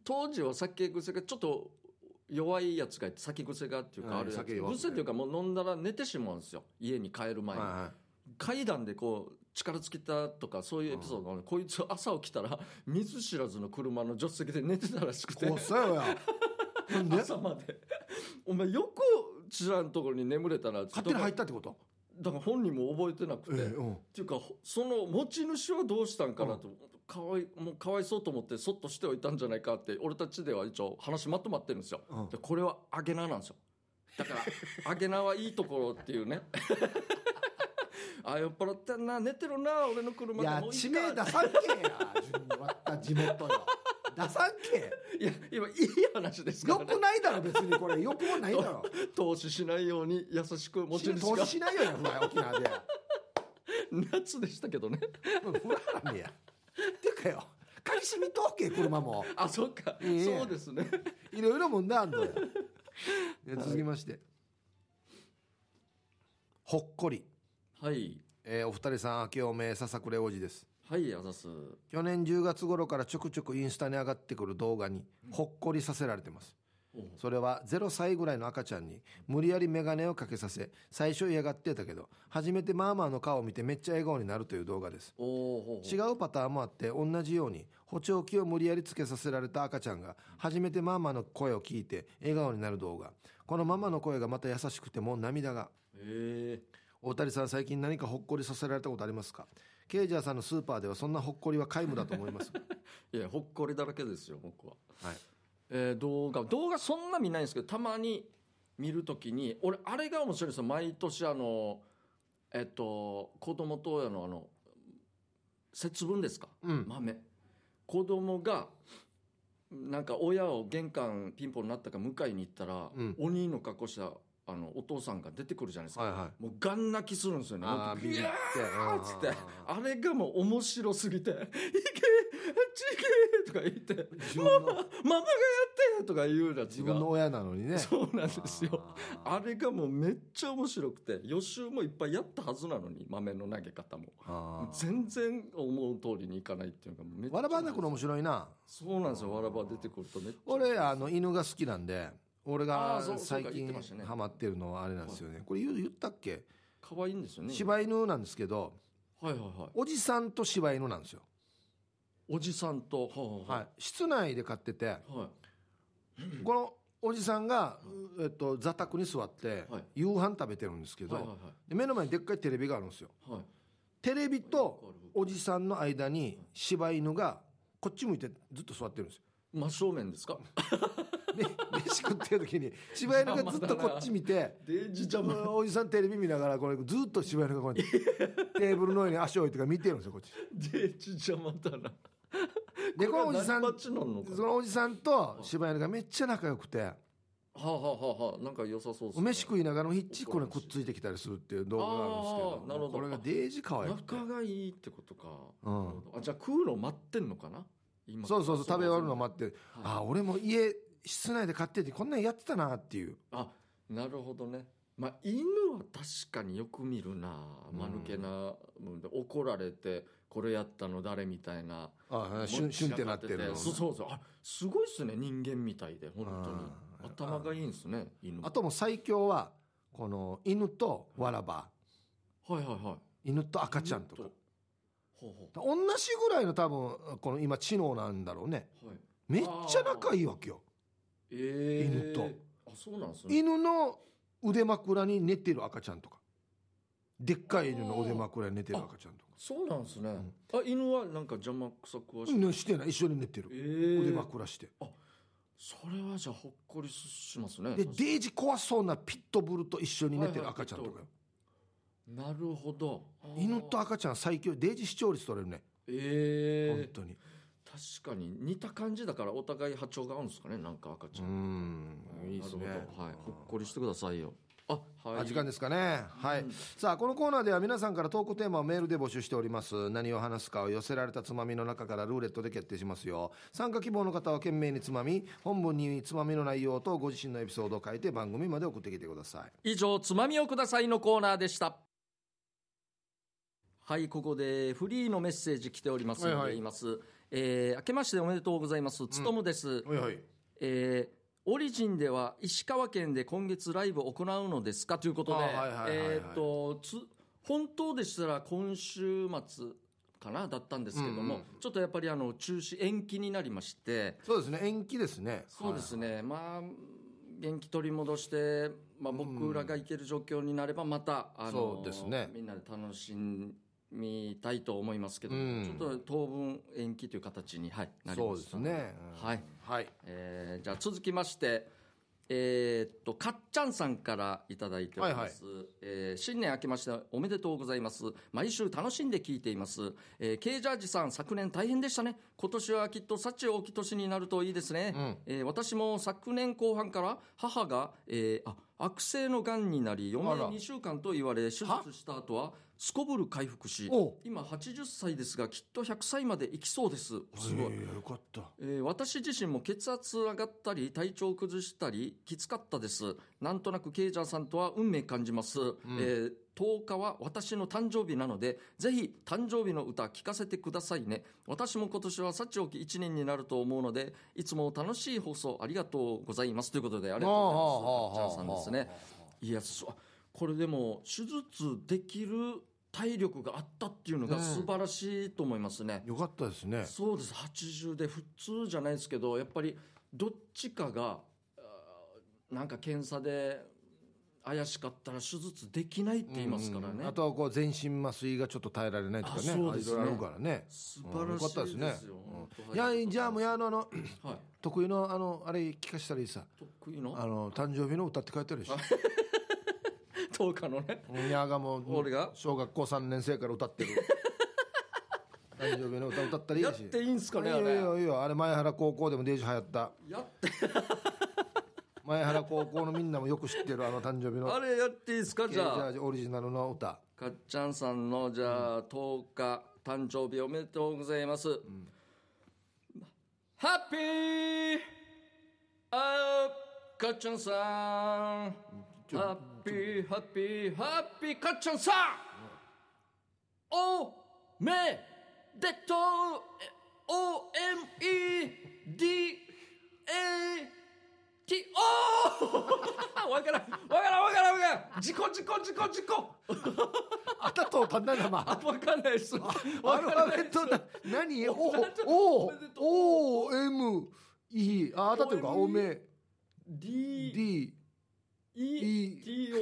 Speaker 1: 当時は酒癖がちょっと弱いやつがいて酒癖がっていうか
Speaker 2: はい
Speaker 1: あるやつ
Speaker 2: 酒弱くて
Speaker 1: 癖っていうかもう飲んだら寝てしまうんですよ家に帰る前に
Speaker 2: はいはい
Speaker 1: 階段でこう力尽きたとかそういうエピソードがあるこいつ朝起きたら見ず知らずの車の助手席で寝てたらしくて
Speaker 2: 怖さよや。 なんで
Speaker 1: 朝までお前よく知らんところに眠れたな
Speaker 2: 勝手に入ったってこと。
Speaker 1: だから本人も覚えてなくて、
Speaker 2: ええ
Speaker 1: っ
Speaker 2: うん。
Speaker 1: ていうかほその持ち主はどうしたんかなと、かわいもうかわいそうと思ってそっとしておいたんじゃないかって俺たちでは一応話まとまってるんですよ、
Speaker 2: うん
Speaker 1: でこれはアゲナなんですよだ からアゲナはいいところっていうね あ酔っ払ってんな寝てるな俺の車
Speaker 2: い
Speaker 1: で
Speaker 2: や、
Speaker 1: もういい
Speaker 2: 地
Speaker 1: か
Speaker 2: 名出さんけや。自分割った地 元よ。出さんけ。
Speaker 1: いや今いい話ですか
Speaker 2: よ
Speaker 1: らね
Speaker 2: くないだろ、別にこれ。よくもないだ ろ。
Speaker 1: 投資しないように優しく持ち主
Speaker 2: 投資
Speaker 1: が
Speaker 2: しないよや、ふら沖縄で。
Speaker 1: 夏でしたけどね
Speaker 2: うんふらなんねや。てかよ。かみしみとけ、車も。
Speaker 1: あそっか、
Speaker 2: ええ
Speaker 1: そうですね
Speaker 2: いろいろ問題あんのよ。いや続きまして。ほっこり。
Speaker 1: はい
Speaker 2: えーお二人さん、明けおめ、笹倉王子です。
Speaker 1: はいあざす
Speaker 2: 去年10月頃からちょくちょくインスタに上がってくる動画にほっこりさせられてます
Speaker 1: おう
Speaker 2: それは0歳ぐらいの赤ちゃんに無理やり眼鏡をかけさせ最初嫌がってたけど初めてまあまあの顔を見てめっちゃ笑顔になるという動画です
Speaker 1: おおほうほう
Speaker 2: 違うパターンもあって同じように補聴器を無理やりつけさせられた赤ちゃんが初めてママの声を聞いて笑顔になる動画このママの声がまた優しくてもう涙が
Speaker 1: え
Speaker 2: 大谷さん最近何かほっこりさせられたことありますかケイジャーさんのスーパーではそんなほっこりは皆無だと思 いますが
Speaker 1: えいやほっこりだらけですよ僕は、
Speaker 2: はい
Speaker 1: えー動画動画そんな見ないんですけどたまに見るときに俺あれが面白いんですよ毎年あのえっと子供と親のあの節分ですか
Speaker 2: うん
Speaker 1: 豆子供がなんか親を玄関ピンポンになったから迎えに行ったら、
Speaker 2: うん
Speaker 1: 鬼の格好したあのお父さんが出てくるじゃないですか、
Speaker 2: はいはい
Speaker 1: もうガン泣きするんですよね
Speaker 2: あ
Speaker 1: もう
Speaker 2: ービビ
Speaker 1: ビ
Speaker 2: って
Speaker 1: ヤーっつって
Speaker 2: あー
Speaker 1: あれがもう面白すぎて「いけあっち行け!」とか言って
Speaker 2: 自分
Speaker 1: 「
Speaker 2: の
Speaker 1: ママがやって!」とか言うやつ
Speaker 2: 自
Speaker 1: が
Speaker 2: 分の親なのにね
Speaker 1: そうなんですよ
Speaker 2: あ
Speaker 1: あれがもうめっちゃ面白くて予習もいっぱいやったはずなのに豆の投げ方も
Speaker 2: ーあー
Speaker 1: 全然思う通りにいかないっていうかもうめっちゃ
Speaker 2: わらばだこの面白いな
Speaker 1: そうなんですよわらば出てくるとめっちゃ
Speaker 2: 俺あの犬が好きなんで俺
Speaker 1: あ
Speaker 2: が
Speaker 1: ーそうそう
Speaker 2: 最
Speaker 1: か言っ
Speaker 2: 近
Speaker 1: てましたね
Speaker 2: ハマってるのはあれなんですよねこれ言う言ったっけ
Speaker 1: 可愛いんですよね
Speaker 2: 柴犬なんですけど
Speaker 1: はいはいはい
Speaker 2: おじさんと柴犬なんですよ
Speaker 1: おじさんとは
Speaker 2: はい室内で飼ってて
Speaker 1: いはいはい
Speaker 2: このおじさんが、えっと、座卓に座って
Speaker 1: はい
Speaker 2: 夕飯食べてるんですけ
Speaker 1: はいはい
Speaker 2: どで目の前にでっかいテレビがあるんですよ
Speaker 1: はいはい
Speaker 2: テレビとおじさんの間に柴犬がこっち向いてずっと座ってるんですよ
Speaker 1: 真正面ですか
Speaker 2: で 飯食ってる時に柴犬がずっとこっち見て
Speaker 1: デイジジャム
Speaker 2: おじさんテレビ見ながらこれずっと柴犬がこうや ってテーブルの上に足を置いてから見てるんですよこっち
Speaker 1: デイジ邪魔だな
Speaker 2: でこのおじさん
Speaker 1: これは何バッチなのかな
Speaker 2: そのおじさんと柴犬がめっちゃ仲良くて
Speaker 1: はあ、はあはあはあ、なんか良さそうですね
Speaker 2: 飯食いながらひっちこにくっついてきたりするっていう動画があるんです
Speaker 1: あー
Speaker 2: け
Speaker 1: なる
Speaker 2: ど
Speaker 1: ほど
Speaker 2: これがデージ可愛くて
Speaker 1: 仲がいいってことか、
Speaker 2: うん
Speaker 1: なるほどあじゃあ食うの待ってんのかな今
Speaker 2: そうそうそう食べ終わるの待ってる
Speaker 1: はい
Speaker 2: あー俺も家室内で飼っててこんなんやってたなっていう
Speaker 1: あなるほどねまあ犬は確かによく見るな
Speaker 2: うん
Speaker 1: 間抜けな、うんで怒られてこれやったの誰みたいな
Speaker 2: ああシュンシュンってなってるの
Speaker 1: そうそうそうあすごいっすね人間みたいで本
Speaker 2: うん
Speaker 1: 当に頭がいいんですね犬
Speaker 2: あともう最強はこの犬とわらば
Speaker 1: はいはいはい
Speaker 2: 犬と赤ちゃんとか
Speaker 1: 犬ほうほ
Speaker 2: 同じぐらいの多分この今知能なんだろうね
Speaker 1: うはい
Speaker 2: めっちゃ仲いいわけよ
Speaker 1: えー、
Speaker 2: 犬と
Speaker 1: あそうなんですね
Speaker 2: 犬の腕枕に寝てる赤ちゃんとかでっかい犬の腕枕に寝てる赤ちゃんとか
Speaker 1: そうなんですね、あ犬はなんか邪魔くさくはし
Speaker 2: うんしてない一緒に寝て
Speaker 1: え
Speaker 2: る
Speaker 1: ー
Speaker 2: 腕枕して
Speaker 1: それはじゃあほっこりしますね
Speaker 2: でデージ怖そうなピットブルと一緒に寝てる赤ちゃんと
Speaker 1: はい
Speaker 2: かよ
Speaker 1: なるほどあー
Speaker 2: 犬と赤ちゃん最強デージ視聴率取れるね本
Speaker 1: ええ
Speaker 2: 当に
Speaker 1: 確かに似た感じだからお互い波長が合うんですかねなんか赤ち
Speaker 2: う
Speaker 1: ゃん、
Speaker 2: ん
Speaker 1: あー
Speaker 2: いいですね
Speaker 1: なるほどはいほっこりしてくださいよあはい
Speaker 2: あ時間ですかね、はい
Speaker 1: うん
Speaker 2: さあこのコーナーでは皆さんから投稿テーマをメールで募集しております何を話すかを寄せられたつまみの中からルーレットで決定しますよ参加希望の方は懸命につまみ本文につまみの内容とご自身のエピソードを書いて番組まで送ってきてください
Speaker 1: 以上つまみをくださいのコーナーでしたはいここでフリーのメッセージ来ておりますので、
Speaker 2: はいはい
Speaker 1: 言います、えー、明けましておめでとうございますつとむです、
Speaker 2: はいはい
Speaker 1: えーオリジンでは石川県で今月ライブを行うのですかということで
Speaker 2: あはいはいはいはい、
Speaker 1: えーっと、つ本当でしたら今週末かなだったんですけども、
Speaker 2: うんうん
Speaker 1: ちょっとやっぱりあの中止延期になりまして、
Speaker 2: そうですね延期ですね
Speaker 1: そうですね、まあ、元気取り戻して、まあ、僕らが行ける状況になれば、また、あの
Speaker 2: そうですね
Speaker 1: みんなで楽しみたいと思いますけど、
Speaker 2: うん
Speaker 1: ちょっと当分延期という形に、はい、な
Speaker 2: は
Speaker 1: いりま
Speaker 2: そう
Speaker 1: し
Speaker 2: で
Speaker 1: た
Speaker 2: すねうん
Speaker 1: はい
Speaker 2: はい
Speaker 1: えーじゃあ続きましてえーっとかっちゃんさんからいただいております、えー新年明けましておめでとうございます毎週楽しんで聞いています、えー、K ジャージさん昨年大変でしたね今年はきっと幸大き年になるといいですね、
Speaker 2: うん
Speaker 1: えー私も昨年後半から母が、えーあ悪性のがんになり余
Speaker 2: あら
Speaker 1: 命2週間と言われ手術した後はすこぶる回復し
Speaker 2: おう
Speaker 1: 今80歳ですがきっと100歳まで生きそうですすごい
Speaker 2: へえよかった
Speaker 1: えー私自身も血圧上がったり体調を崩したりきつかったですなんとなくケイジャーさんとは運命感じます、えー10日は私の誕生日なのでぜひ誕生日の歌聴かせてくださいね私も今年は幸置き1年になると思うのでいつも楽しい放送ありがとうございますということであ
Speaker 2: あ
Speaker 1: りがとうございますかっちゃんさんですねいやそこれでも手術できる体力があったっていうの
Speaker 2: う
Speaker 1: が
Speaker 2: ん
Speaker 1: 素晴らしいと思いますね、
Speaker 2: よかったですね
Speaker 1: そうです80で普通じゃないですけどやっぱりどっちかがあーなんか検査で怪しかったら手術できないって言いますからね、
Speaker 2: うんうんあとはこう全身麻酔がちょっと耐えられないとかね
Speaker 1: あそうですね
Speaker 2: あいろいろあるからね
Speaker 1: 素晴らしいですよ,、
Speaker 2: うんよかったですねいやじゃあもうやあのあの
Speaker 1: はい、
Speaker 2: 得意のあのあれ聞かしたらいいさ
Speaker 1: 得意の
Speaker 2: あの誕生日の歌って書いてあ るでしょ
Speaker 1: 10日のね
Speaker 2: ニャーがもう
Speaker 1: 俺が
Speaker 2: 小学校3年生から 歌ってる誕生日の歌歌ったらいいし
Speaker 1: やっていいんすかね
Speaker 2: いや
Speaker 1: あ
Speaker 2: い
Speaker 1: れ
Speaker 2: やいやいやあれ前原高校でもデージ流行った
Speaker 1: やって
Speaker 2: 前前原高校のみんなもよく知ってるあの誕生日の
Speaker 1: あれやっていいですか
Speaker 2: ケ
Speaker 1: じ
Speaker 2: ージ
Speaker 1: ゃあ
Speaker 2: ャージオリジナルの歌
Speaker 1: かっちゃんさんのじゃあ10日誕生日おめでとうございます、ハッピーあーかっちゃんさん
Speaker 2: ちょ
Speaker 1: ハッピーハッピーハッピーかっちゃんさんおめでとう OMEDATO わからんわからんわからんわからん事故事故事故事故
Speaker 2: あたとたんだなま
Speaker 1: あわかんないです。
Speaker 2: ア
Speaker 1: わ
Speaker 2: ル
Speaker 1: か
Speaker 2: フ
Speaker 1: ら
Speaker 2: ァ
Speaker 1: ない
Speaker 2: ベ
Speaker 1: で
Speaker 2: ッ
Speaker 1: す。
Speaker 2: トだ何お
Speaker 1: お
Speaker 2: お
Speaker 1: めでとう
Speaker 2: お M E ああたというかおめ
Speaker 1: D
Speaker 2: D
Speaker 1: E T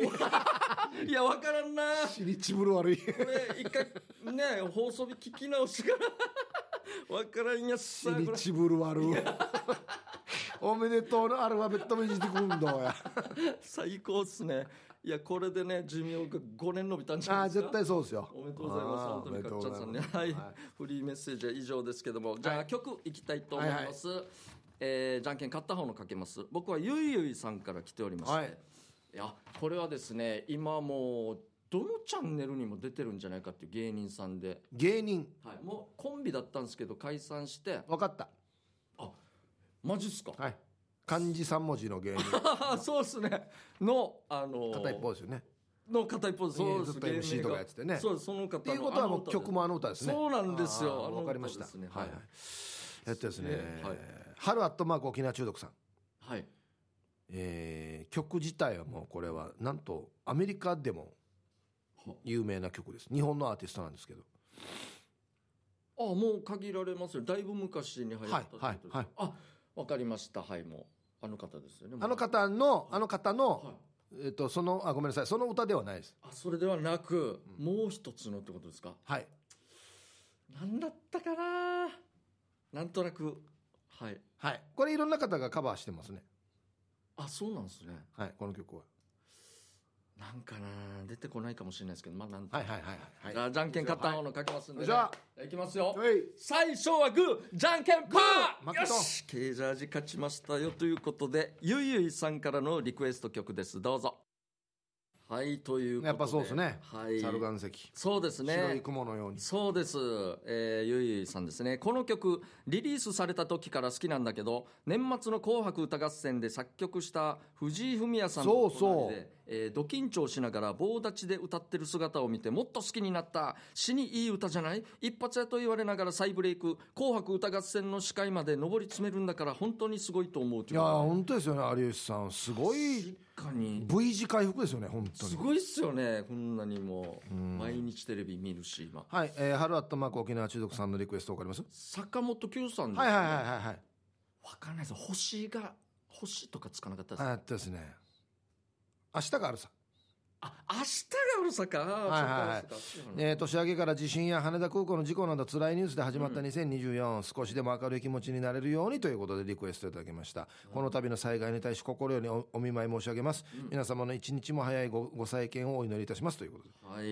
Speaker 1: O。いや わからんな。
Speaker 2: シリチブル悪い
Speaker 1: これ一回ね放送日聞き直しからわからんやっ
Speaker 2: シ
Speaker 1: さ。
Speaker 2: リ
Speaker 1: これ
Speaker 2: チブル悪いおめでとうのアルファベットもいじってくんどや
Speaker 1: 最高っすね。いやこれでね寿命が五年伸びたんじゃ
Speaker 2: あ
Speaker 1: ない
Speaker 2: あ
Speaker 1: ですか。
Speaker 2: 絶対そうですよ
Speaker 1: おめでとうございます。
Speaker 2: あ
Speaker 1: 本
Speaker 2: ー
Speaker 1: 当にかっちゃんさんね。
Speaker 2: お
Speaker 1: は
Speaker 2: め
Speaker 1: い
Speaker 2: でとうございます。
Speaker 1: フリーメッセージは以上ですけども、じゃあ曲いきたいと思います。えーじゃんけん勝った方のかけます。僕はゆいゆいさんから来ておりまして、
Speaker 2: はい
Speaker 1: い、やこれはですね、今もうどのチャンネルにも出てるんじゃないかっていう芸人さんで、
Speaker 2: 芸人
Speaker 1: はい、もうコンビだったんですけど解散して、
Speaker 2: 分かった
Speaker 1: マジっすか。
Speaker 2: はい漢字三文字の芸人
Speaker 1: そうですね。のあの
Speaker 2: 片一方ですよね
Speaker 1: の片一方ですそうです。
Speaker 2: ずっと MC
Speaker 1: 芸名が
Speaker 2: とかやっててね
Speaker 1: そうですその方の
Speaker 2: っていうことはもう曲もあの歌ですね
Speaker 1: そうなんですよ
Speaker 2: あ
Speaker 1: あ
Speaker 2: ー
Speaker 1: の
Speaker 2: わかりまし
Speaker 1: 歌
Speaker 2: た
Speaker 1: ですね
Speaker 2: はいはい
Speaker 1: はい
Speaker 2: えっとですね
Speaker 1: ねはい
Speaker 2: 春アットマーク沖縄中毒さん
Speaker 1: あの。はい。
Speaker 2: えー曲自体はもうこれはなんとアメリカでも有名な曲です日本のアーティストなんですけど
Speaker 1: あもう限られますよだいぶ昔に流行ったってことです
Speaker 2: はいはいはい
Speaker 1: あわかりましたはいもうあの方ですよね
Speaker 2: あの方のあの方の、
Speaker 1: はい
Speaker 2: えっとそのあごめんなさいその歌ではないです
Speaker 1: あそれではなく、もう一つのってことですか
Speaker 2: はい
Speaker 1: 何だったかななんとなくはい
Speaker 2: はいこれいろんな方がカバーしてますね
Speaker 1: あそうなんですね
Speaker 2: はいこの曲は
Speaker 1: なんかな出てこないかもしれないですけどまあなんと
Speaker 2: はいはいはいはい
Speaker 1: じゃ
Speaker 2: は
Speaker 1: あじゃんけん勝った方の書きますんで、ね
Speaker 2: じゃあ
Speaker 1: いきますよ
Speaker 2: いはい
Speaker 1: 最初はグーじゃんけんパ
Speaker 2: グ
Speaker 1: ー
Speaker 2: ー
Speaker 1: よ
Speaker 2: 負けた
Speaker 1: しケージャージ勝ちましたよということでゆいゆいさんからのリクエスト曲ですどうぞはいということで
Speaker 2: やっぱそうですね
Speaker 1: はい
Speaker 2: 猿岩石
Speaker 1: そうですね
Speaker 2: 白い雲のように
Speaker 1: そうです、えーゆいゆいさんですねこの曲リリースされた時から好きなんだけど年末の「紅白歌合戦」で作曲した藤井フミヤさんの
Speaker 2: そう
Speaker 1: 隣で
Speaker 2: そう
Speaker 1: えー、ど緊張しながら棒立ちで歌ってる姿を見てもっと好きになった死にいい歌じゃない一発やと言われながら再ブレイク「紅白歌合戦」の司会まで上り詰めるんだから本当にすごいと思うと
Speaker 2: い
Speaker 1: いう
Speaker 2: やー本当ですよね有吉さんすごい
Speaker 1: 確かに
Speaker 2: V 字回復ですよね本当
Speaker 1: す
Speaker 2: に
Speaker 1: ごいっすよねこんなにも毎日テレビ見るし今
Speaker 2: はい、えー、春アットマーク沖縄中毒さんのリクエストわかります
Speaker 1: 坂本九さんです
Speaker 2: は
Speaker 1: ね
Speaker 2: いはいはいはいはい
Speaker 1: わかんないです星が星とかつかなかったです、
Speaker 2: あえっとですね明日があるさ、
Speaker 1: あ明日がうるさか、
Speaker 2: いはいはい
Speaker 1: そうか
Speaker 2: えー年明けから地震や羽田空港の事故など辛いニュースで始まった2024、少しでも明るい気持ちになれるようにということでリクエストいただきました、この度の災害に対し心よりおお見舞い申し上げます、皆様の一日も早いごご再建をお祈りいたしますということで
Speaker 1: はい、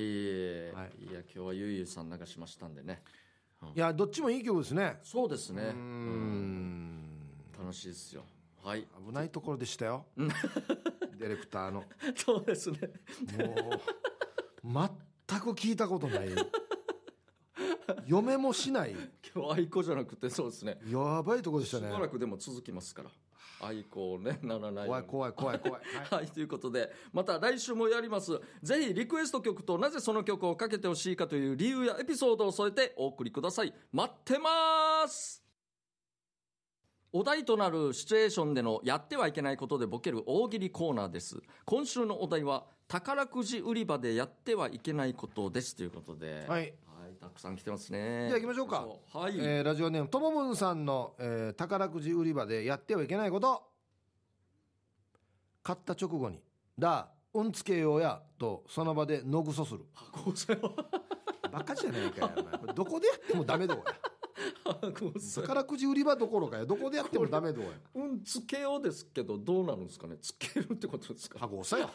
Speaker 1: い、や今日はゆいゆいさん流しましたんでね
Speaker 2: いやどっちもいい曲ですね
Speaker 1: そうですね
Speaker 2: うーん
Speaker 1: 楽しいですよはい
Speaker 2: 危ないところでしたよディレクターの
Speaker 1: そうですね
Speaker 2: もう全く聞いたことない嫁もしない
Speaker 1: 今日愛子じゃなくてそうですね
Speaker 2: やばいとこでし
Speaker 1: した
Speaker 2: ね
Speaker 1: ばらくでも続きますから愛子をねならないよう
Speaker 2: 怖い
Speaker 1: に
Speaker 2: 怖い怖い怖い、は
Speaker 1: は
Speaker 2: い
Speaker 1: い、ということで、また来週もやります。ぜひリクエスト曲となぜその曲をかけてほしいかという理由やエピソードを添えてお送りください。待ってますお題となるシチュエーションでのやってはいけないことでボケる大喜利コーナーです。今週のお題は、宝くじ売り場でやってはいけないことですということで。
Speaker 2: はい
Speaker 1: い。たくさん来てますね。
Speaker 2: じゃあ行きましょうか
Speaker 1: はい。
Speaker 2: えーラジオネームともぶんさんの、えー宝くじ売り場でやってはいけないこと買った直後に「だうんつけようや」とその場でのぐそする
Speaker 1: 箱押さえは
Speaker 2: バカじゃないかよお前これどこでやってもダメだおい
Speaker 1: 箱押さえ
Speaker 2: 宝くじ売り場どころかよどこでやってもダメだおい
Speaker 1: うん、つけようですけど、どうなるんですかねつけるってことですか
Speaker 2: 箱押さよ、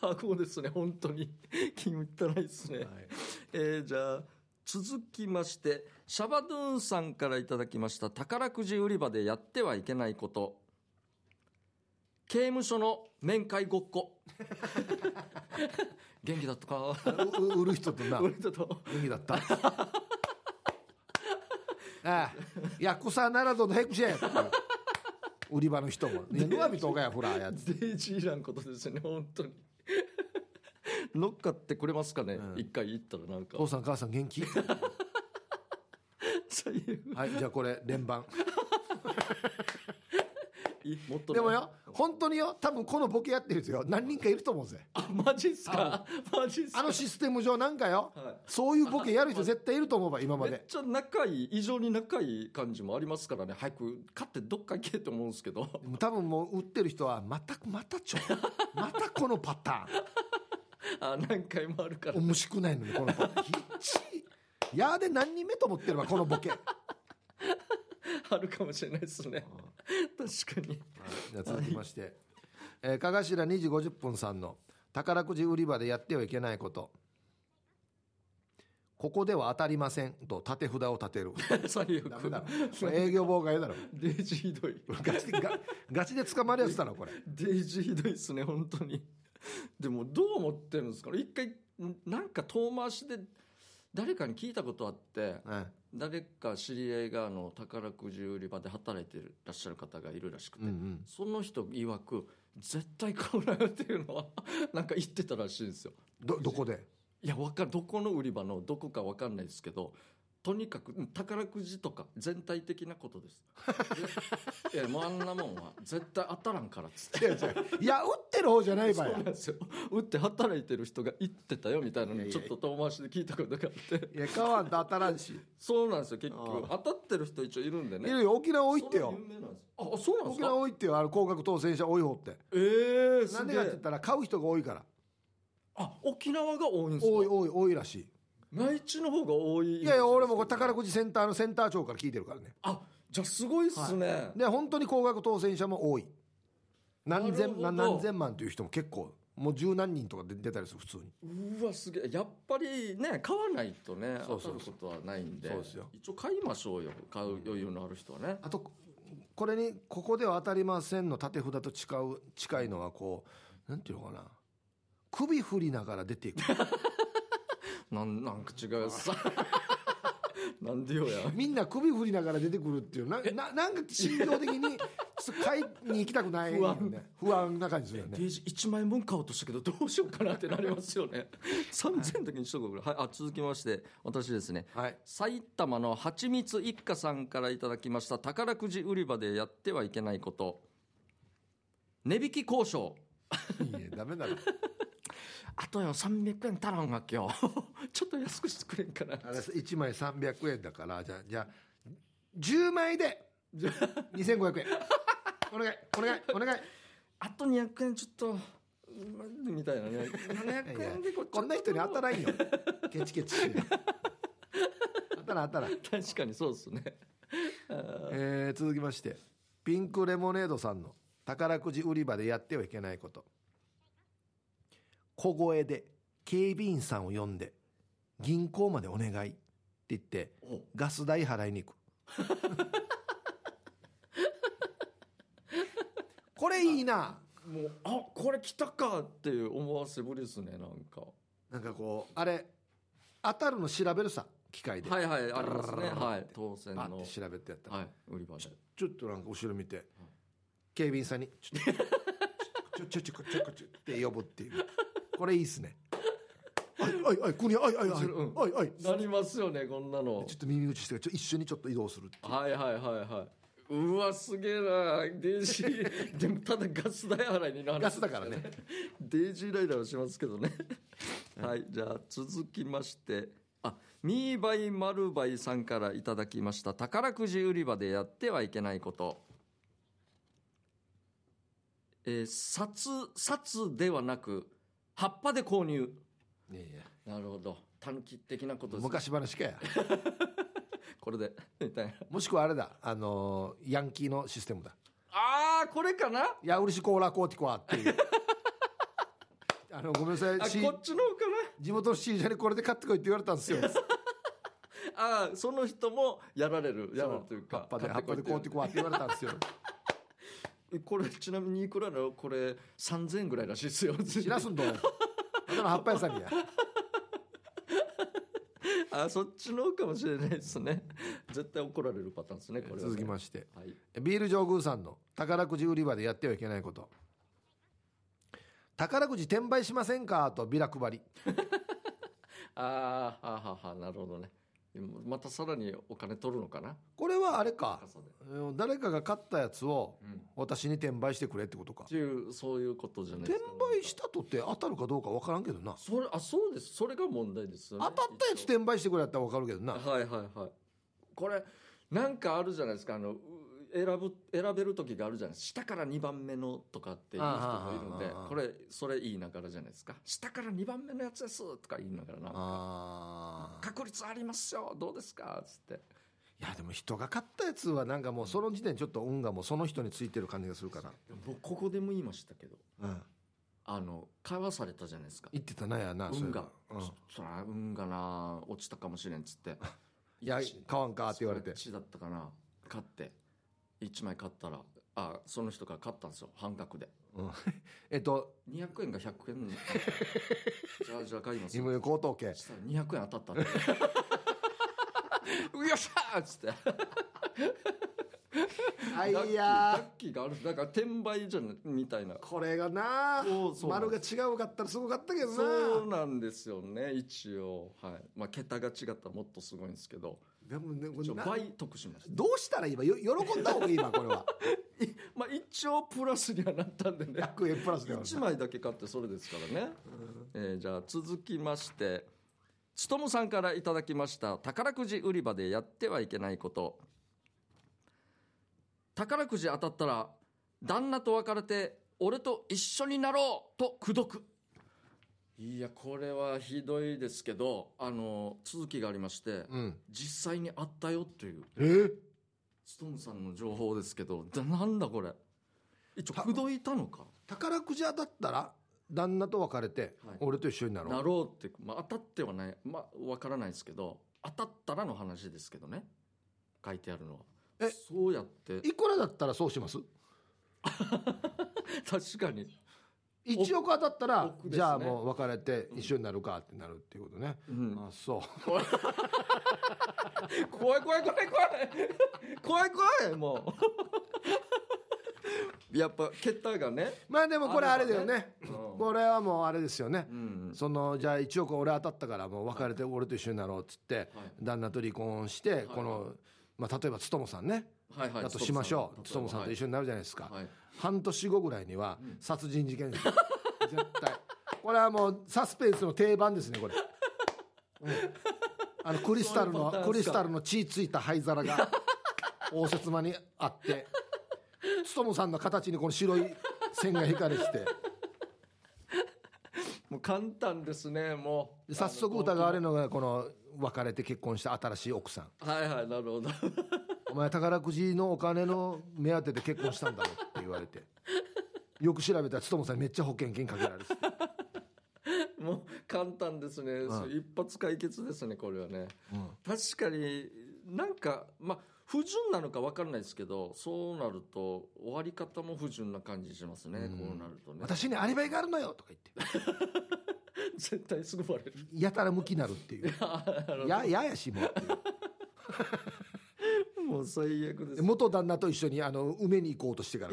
Speaker 1: 箱ですね本当に 気に入ったないですね、 えーじゃあ続きましてシャバドゥーンさんからいただきました宝くじ売り場でやってはいけないこと刑務所の面会ごっこ 元気だったか
Speaker 2: うう売る人と な
Speaker 1: 俺ちょっと
Speaker 2: 元気だった ああヤクサならどのヘクシェ売り場の人も「ねぬわびとかやほら」やつ
Speaker 1: デイジーランことですよね本当に 乗っかってくれますかね
Speaker 2: うん
Speaker 1: 一、回行ったらなん
Speaker 2: 「
Speaker 1: か
Speaker 2: 父さん母さん元 気?」
Speaker 1: 最悪
Speaker 2: はいじゃあこれ連番
Speaker 1: いもっとね
Speaker 2: でもよ本当によ多分このボケやってるんですよ何人かいると思うぜ
Speaker 1: あマジっすか マジっす
Speaker 2: あ
Speaker 1: か
Speaker 2: のシステム上なんかよ
Speaker 1: は
Speaker 2: そういうボケや る人絶対いると思うわ今ま
Speaker 1: めっ
Speaker 2: で
Speaker 1: ちゃ仲いい異常に仲いい感じもありますからね早く勝ってどっか行けと思うんですけ ど
Speaker 2: でも多分もう売ってる人はまたまたちょ またこのパターン
Speaker 1: あ何回もあるから
Speaker 2: 面白くないのにこの子いやーで何人目と思ってるわこのボケ
Speaker 1: あるかもしれないですね確かに
Speaker 2: じゃあ続きまして、えー、かがしら2時50分さんの宝くじ売り場でやってはいけないことここでは当たりませんと立て札を立てる
Speaker 1: 最
Speaker 2: ダメ
Speaker 1: 悪
Speaker 2: だろこれ営業妨害だろ
Speaker 1: デイジーひどい
Speaker 2: ガチでガガチで捕まるやつだろこれ
Speaker 1: デイジーひどいですね本当にでもどう思ってるんですかね一回なんか遠回しで誰かに聞いたことあって
Speaker 2: うん
Speaker 1: 誰か知り合いがあの宝くじ売り場で働いてるらっしゃる方がいるらしくて、
Speaker 2: うんうん
Speaker 1: その人曰く絶対買うなよっていうのは なんか言ってたらしいんですよ
Speaker 2: どどこで
Speaker 1: いやわかるどこの売り場のどこかわかんないですけどとにかくうん宝くじとか全体的なことです いやいやもうあんなもんは絶対当たらんからっつって
Speaker 2: いや違ういや売ってる方じゃない
Speaker 1: そ
Speaker 2: ば
Speaker 1: う
Speaker 2: や
Speaker 1: なんですよ打って働いてる人が言ってたよみたいなのにちょっと遠回しで聞いたことがあって
Speaker 2: いや買わんと当たらんし
Speaker 1: そうなんですよ結局
Speaker 2: あ
Speaker 1: 当たってる人一応いるんで
Speaker 2: い
Speaker 1: ね
Speaker 2: るよ沖縄多いって
Speaker 1: そ
Speaker 2: よ
Speaker 1: んな有名なんですあそうなんで
Speaker 2: 沖
Speaker 1: す
Speaker 2: 縄
Speaker 1: か
Speaker 2: 多いってよあの高額当選者多い方って
Speaker 1: ええ
Speaker 2: な
Speaker 1: す
Speaker 2: んで
Speaker 1: げ
Speaker 2: かって言
Speaker 1: え
Speaker 2: ったら買う人が多いから
Speaker 1: あ沖縄が多いんですか
Speaker 2: 多い多い多いらし
Speaker 1: 内地の方が多い
Speaker 2: いいやいや俺もこれ宝
Speaker 1: く
Speaker 2: くじセンターのセンター長から聞いてるからね
Speaker 1: あじゃあすごいっすね、
Speaker 2: で本当に高額当選者も多い何
Speaker 1: なる
Speaker 2: 千
Speaker 1: ほど
Speaker 2: な何千万という人も結構もう十何人とかで出たりする普通に
Speaker 1: うわすげえやっぱりね買わないとね当
Speaker 2: そう
Speaker 1: た
Speaker 2: そ
Speaker 1: る
Speaker 2: う
Speaker 1: ことはないんで
Speaker 2: そうですよ
Speaker 1: 一応買いましょうよ買う余裕のある人はね、
Speaker 2: あとこれに「ここでは当たりません」の縦札と近う近いのはこうなんていうのかな首振りながら出ていく
Speaker 1: なんなんか違うさ なんでよや
Speaker 2: みんな首振りながら出てくるっていうなななんか心情的にちょっと買いに行きたくないよね不安な感じするよね
Speaker 1: ページ1万円分買おうとしたけどどうしようかなってなりますよね3000円だけにしとこうぐらい、はい、あ続きまして私ですね
Speaker 2: はい
Speaker 1: 埼玉のはちみつ一家さんからいただきました宝くじ売り場でやってはいけないこと値引き交渉
Speaker 2: いやダメだろ
Speaker 1: あとよ300円足らんわけよ ちょっと安くしてくれんかな
Speaker 2: あれ1枚300円だからじゃあじゃあ10枚で2500円お願いお願いお願い
Speaker 1: あと200円ちょっとうんみたいなね
Speaker 2: いや
Speaker 1: 700円でこ
Speaker 2: こんな人に当たらんよケチケチして当たらん当たらん、
Speaker 1: 確かにそうですね
Speaker 2: えー続きましてピンクレモネードさんの宝くじ売り場でやってはいけないこと小声で警備員さんを呼んで銀行までお願いって言って
Speaker 1: お
Speaker 2: ガス代払いに行く。これいいな。
Speaker 1: もうあこれ来たかっていう思わせぶりですねなんか
Speaker 2: なんかこう、あれ、当たるの調べるさ、機械で。
Speaker 1: はいはいありますねはい当選
Speaker 2: バ
Speaker 1: の
Speaker 2: ッて調べてやったら、
Speaker 1: はい売り場で
Speaker 2: ちょっとなんか後ろ見て、警備員さんに、ちょっと、ちょ、ちょ、ちょ、ちょ、ちょ、ちょ、って呼ぶっていう。これいいっすね。はい、はい、はい、国、はい、はい、はい、
Speaker 1: うん
Speaker 2: はい、はい。ちょ
Speaker 1: なりますよねこんなの
Speaker 2: っと耳打ちして、ちょ一緒にちょっと移動するっていう。
Speaker 1: はいはいはいはいうわすげえなデイジ ーでもただガス代払いになる
Speaker 2: ガスだからね。
Speaker 1: デイジーライダーはしますけどねはいじゃあ続きましてあミーバイマルバイさんからいただきました宝くじ売り場でやってはいけないことえー札札ではなく葉っぱで購入
Speaker 2: いやいや
Speaker 1: なるほど短期的なことですね
Speaker 2: 昔話かや。
Speaker 1: これでみたいな
Speaker 2: もしくはあれだ、あのーヤンキーのシステムだ。
Speaker 1: ああこれかない
Speaker 2: や、嬉しコーラコーティコアって いう。あの、ごめんなさい
Speaker 1: あこっ、
Speaker 2: し
Speaker 1: ちの方か
Speaker 2: 地元の信者にこれで買ってこいって言われたんですよ。
Speaker 1: なああその人もやられるやられるというか
Speaker 2: 葉っぱで、葉
Speaker 1: 買
Speaker 2: っぱでコー
Speaker 1: こい
Speaker 2: ティコアって言われたんですよ。
Speaker 1: えこれちなみにいくらだろうこれ3000円ぐらいらしいですよ
Speaker 2: 知らすんどんあとの葉っぱ屋さんにや
Speaker 1: あそっちの方かもしれないですね 絶対怒られるパターンですねこれはね
Speaker 2: 続きまして
Speaker 1: はい
Speaker 2: ビール上宮さんの宝くじ売り場でやってはいけないこと宝くじ転売しませんかとビラ配り
Speaker 1: あーはあはあはあなるほどねまたさらにお金取るのかな
Speaker 2: これはあれか
Speaker 1: 傘で
Speaker 2: うん誰かが買ったやつを
Speaker 1: うん
Speaker 2: 私に転売してくれってことか
Speaker 1: っていうそういうことじゃない
Speaker 2: 転
Speaker 1: ですか
Speaker 2: 売したとって当たるかどうか分からんけどな
Speaker 1: それあそうですそれが問題ですよ、ね
Speaker 2: 当、たったやつ
Speaker 1: 一応
Speaker 2: 転売してくれやったら分かるけどな
Speaker 1: はいはいはいこれなんかあるじゃないですかあのう選ぶ選べる時があるじゃないですか下から2番目のとかっていう人もいるんで
Speaker 2: あーはーはーはー
Speaker 1: これそれ言いながらじゃないですか下から2番目のやつですとか言いながらな
Speaker 2: あー
Speaker 1: 確率ありますよどうですかっつって
Speaker 2: いやでも人が買ったやつはなんかもうその時点でちょっと運がもうその人についてる感じがするから、
Speaker 1: 僕ここでも言いましたけど
Speaker 2: うん、
Speaker 1: あの買わされたじゃないですか
Speaker 2: 言ってたなやなそれ
Speaker 1: 運が、
Speaker 2: うん、い
Speaker 1: そら運がな落ちたかもしれんっつ って
Speaker 2: や
Speaker 1: 一
Speaker 2: 買わんかって言われて
Speaker 1: そっちだったかな買って1枚買ったらあその人が買ったんですよ半額で
Speaker 2: うん、えっと
Speaker 1: 200円が100円 じゃあじゃあ買います
Speaker 2: 自分で高等系
Speaker 1: したら200円当たったんで よっしゃーっつって
Speaker 2: あ
Speaker 1: ラッキー
Speaker 2: い
Speaker 1: ラ
Speaker 2: や
Speaker 1: ッキーがあるだから転売じゃなみたいな
Speaker 2: ーこれがな
Speaker 1: そうそう
Speaker 2: 丸が違うかったらすごかったけど
Speaker 1: そう
Speaker 2: な
Speaker 1: なんですよね一応はいまあ桁が違ったらもっとすごいんですけど
Speaker 2: でもねこ
Speaker 1: 一
Speaker 2: れ
Speaker 1: 応
Speaker 2: な
Speaker 1: 倍得しました
Speaker 2: どうしたらいいわよ喜んだ方がいいわこれは
Speaker 1: いまあ一応プラスにはなったんでね
Speaker 2: 100円プラスだよ
Speaker 1: 1枚だけ買ってそれですからね、えーじゃあ続きましてつともさんからいただきました宝くじ売り場でやってはいけないこと宝くじ当たったら旦那と別れて俺と一緒になろうと口説くいやこれはひどいですけどあの続きがありまして、
Speaker 2: うん
Speaker 1: 実際にあったよという
Speaker 2: えー
Speaker 1: ストーンさんの情報ですけどだなんだこれ一応口説いたのか
Speaker 2: 宝くじ当たったら旦那と別れて、
Speaker 1: はい
Speaker 2: 俺と一緒になろう
Speaker 1: なろうって、まあ、当たってはないまあわからないですけど当たったらの話ですけどね書いてあるのは
Speaker 2: え
Speaker 1: そうやって
Speaker 2: いくらだったらそうします
Speaker 1: 確かに、
Speaker 2: 1億当たったら、
Speaker 1: 億ですね
Speaker 2: じゃあもう別れて一緒になるかってなるっていうことね、
Speaker 1: うん
Speaker 2: あそう
Speaker 1: 怖い怖い怖い怖い怖い怖いも うやっぱ桁がね、
Speaker 2: まあでもこれあれだよね
Speaker 1: うん
Speaker 2: これはもうあれですよね、
Speaker 1: うん、
Speaker 2: そのじゃあ1億俺当たったからもう別れて俺と一緒になろうっつって、旦那と離婚して、この、まあ、例えばつともさんね、
Speaker 1: はいはい
Speaker 2: だとしましょうつともさんと一
Speaker 1: 緒
Speaker 2: 緒になるじゃないですか、
Speaker 1: はい
Speaker 2: 半年後ぐらいには殺人事件、絶対これはもうサスペンスの定番ですねこれ、うんあのクリスタル
Speaker 1: そういう
Speaker 2: の
Speaker 1: パターン
Speaker 2: ク
Speaker 1: です
Speaker 2: リス
Speaker 1: か
Speaker 2: タルの血ついた灰皿が応接間にあってつともさんの形にこの白い線が引かれてて
Speaker 1: もう簡単ですねもう
Speaker 2: で早速疑われるのがこの別れて結婚した新しい奥さん
Speaker 1: はいはいなるほど
Speaker 2: お前宝くじのお金の目当てで結婚したんだろって言われてよく調べたらつともさんめっちゃ保険金かけられてて
Speaker 1: もう簡単ですね、
Speaker 2: うん
Speaker 1: 一発解決ですねこれはね
Speaker 2: うん
Speaker 1: 確かになんかまあ不純なのか分からないですけどそうなると終わり方も不純な感じしますね、
Speaker 2: うん
Speaker 1: こうなるとね
Speaker 2: 私にアリバイがあるのよとか言って
Speaker 1: 絶対すぐバレる
Speaker 2: やたら向きになるっ ていうやややしもうっていう
Speaker 1: もう最悪で
Speaker 2: です元旦那と一緒にあの梅に行こうとしてから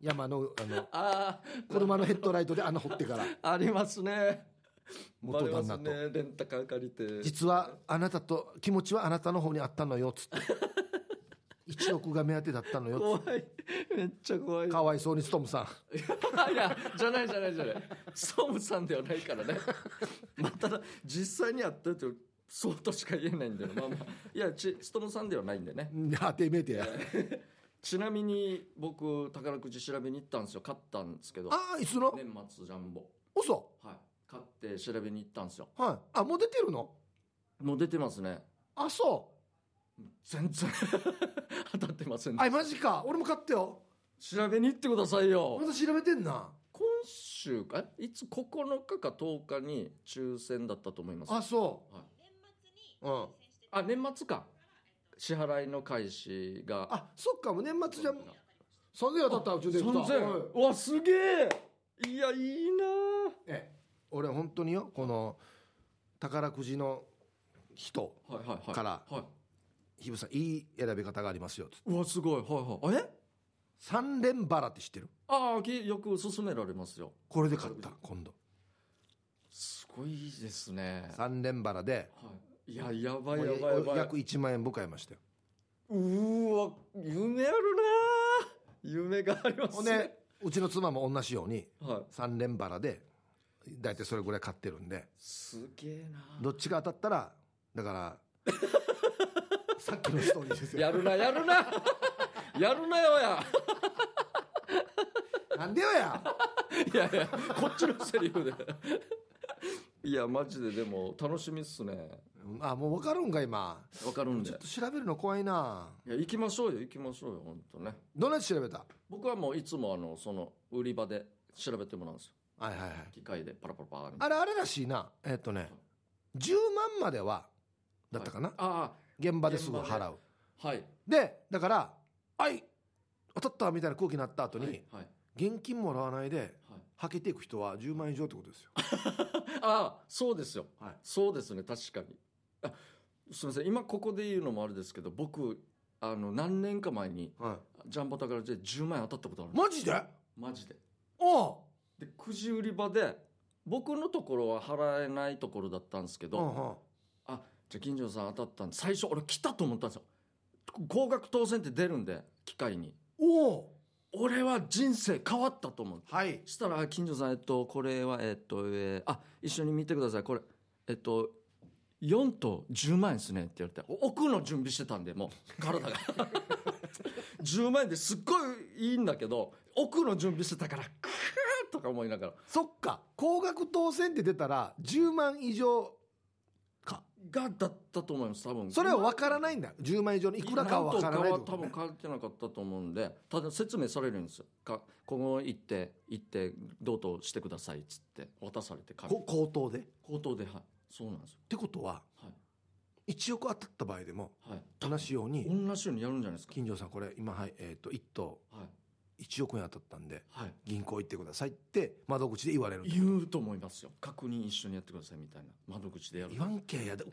Speaker 2: 山のあの
Speaker 1: あ
Speaker 2: 車のヘッドライトで穴掘ってから
Speaker 1: あありますねバ
Speaker 2: 元
Speaker 1: レま
Speaker 2: 旦
Speaker 1: す
Speaker 2: 那と
Speaker 1: ねレンタカー借りて
Speaker 2: 実はあなたと気持ちはあなたの方にあったのよつって1億が目当てだったの よ
Speaker 1: 怖いめっちゃ怖い
Speaker 2: かわいそうにストムさん
Speaker 1: いやじゃないじゃないじゃないストームさんではないからねまあただ実際にやったとそうとしか言えないんだよまあまあいやちストームさんではないんでね
Speaker 2: うん当てめえてや
Speaker 1: ちなみに僕宝くじ調べに行ったんですよ買ったんですけど
Speaker 2: ああいつの
Speaker 1: 年末ジャンボ
Speaker 2: 嘘
Speaker 1: はい買って調べに行ったんですよ
Speaker 2: はいあもう出てるの
Speaker 1: もう出てますね
Speaker 2: あそ
Speaker 1: 全然 当たってません
Speaker 2: う
Speaker 1: ね
Speaker 2: あマジか俺も買ったよ
Speaker 1: 調べに行ってくださいよ
Speaker 2: まだ調べてんな
Speaker 1: 今週かえいつ9日か10日に抽選だったと思います
Speaker 2: あそ
Speaker 1: はいう
Speaker 2: うん
Speaker 1: あ年末か支払いの開始が
Speaker 2: あそっかもう年末じゃん
Speaker 3: 3000円当たったうちで言ったおい
Speaker 1: 3000うわすげえいやいいな
Speaker 3: え
Speaker 2: 俺本当によこの宝くじの人
Speaker 1: あはいはいはい
Speaker 2: から
Speaker 1: はい
Speaker 2: ひぶさんいい選び方がありますよ
Speaker 1: うわすごいはいはいえ
Speaker 2: 三連バラって知ってる
Speaker 1: ああきよく勧められますよ
Speaker 2: これで買った今度
Speaker 1: すごいですね
Speaker 2: 三連バラで
Speaker 1: はいいややばい
Speaker 2: も
Speaker 1: や
Speaker 2: う
Speaker 1: ばいやばい
Speaker 2: 約1万円分買いましたよ
Speaker 1: うーわ夢あるなー夢があります
Speaker 2: ほん
Speaker 1: ね
Speaker 2: でうちの妻も同じように
Speaker 1: はい
Speaker 2: 三連バラで大体それぐらい買ってるんです
Speaker 1: げえな
Speaker 2: どっちが当たったらだから さっきのストーリーですよ
Speaker 1: やるなやるな やるなよや
Speaker 2: なんでよや
Speaker 1: いやいやこっちのセリフでいやマジででも楽しみっすね
Speaker 2: あもう分かるんか今
Speaker 1: わかるんで
Speaker 2: ちょっと調べるの怖いない
Speaker 1: や行きましょうよ行きましょうよ本当ね
Speaker 2: どんなやつ調べた
Speaker 1: 僕はもういつもあのその売り場で調べてもらうんですよ
Speaker 2: はいはいはい
Speaker 1: 機械でパラパラパラみたい
Speaker 2: あれあれらしいなえっとね10万まではだったかな、
Speaker 1: なあ
Speaker 2: 現場ですぐ払う
Speaker 1: あはい
Speaker 2: でだから「はい当たった」みたいな空気になった後に、
Speaker 1: はいはい
Speaker 2: 現金もらわないで
Speaker 1: はい
Speaker 2: はけていく人は10万以上ってことですよ
Speaker 1: ああそうですよ、
Speaker 2: はい
Speaker 1: そうですね確かにあすみません今ここで言うのもあれですけど僕あの何年か前に
Speaker 2: は
Speaker 1: ジャンボ宝で10万円当たったことある
Speaker 2: いマジで
Speaker 1: マジで
Speaker 2: おう
Speaker 1: でくじ売り場で僕のところは払えないところだったんですけど、
Speaker 2: うんうん
Speaker 1: あじゃあ金城さん当たったんで最初俺来たと思ったんですよ高額当選って出るんで機械に
Speaker 2: おう
Speaker 1: 俺は人生変わったと思う
Speaker 2: はい
Speaker 1: そしたら金城さんえっとこれはえっと、えーあ一緒に見てくださいこれえっと4と10万円ですねって言われてお奥の準備してたんでもう体が 10万円ですっごいいいんだけど奥の準備してたからクーとか思いながら
Speaker 2: そっか高額当選って出たら10万以上か
Speaker 1: がだったと思います多分
Speaker 2: それは分からないんだよ10万以上のいくらかは分からないっ
Speaker 1: は
Speaker 2: てこ
Speaker 1: 多
Speaker 2: と、
Speaker 1: 分
Speaker 2: ね、
Speaker 1: 書いてなかったと思うんでただ説明されるんですよかここ行って行ってどうとしてくださいっつって渡されて紙
Speaker 2: こ口頭でっ
Speaker 1: 口頭ではいそうなんですよ
Speaker 2: てことは
Speaker 1: はい
Speaker 2: 1億当たった場合でも
Speaker 1: はい、
Speaker 2: 同じように
Speaker 1: 同じようにやるんじゃないですか。
Speaker 2: 金城さんこれ今はいえっ、と1等
Speaker 1: はい。
Speaker 2: 1億円当たったんで
Speaker 1: はい。
Speaker 2: 銀行行ってくださいって窓口で言われる
Speaker 1: 言うと思いますよ。確認一緒にやってくださいみたいな。窓口でやる
Speaker 2: 言。わんけやで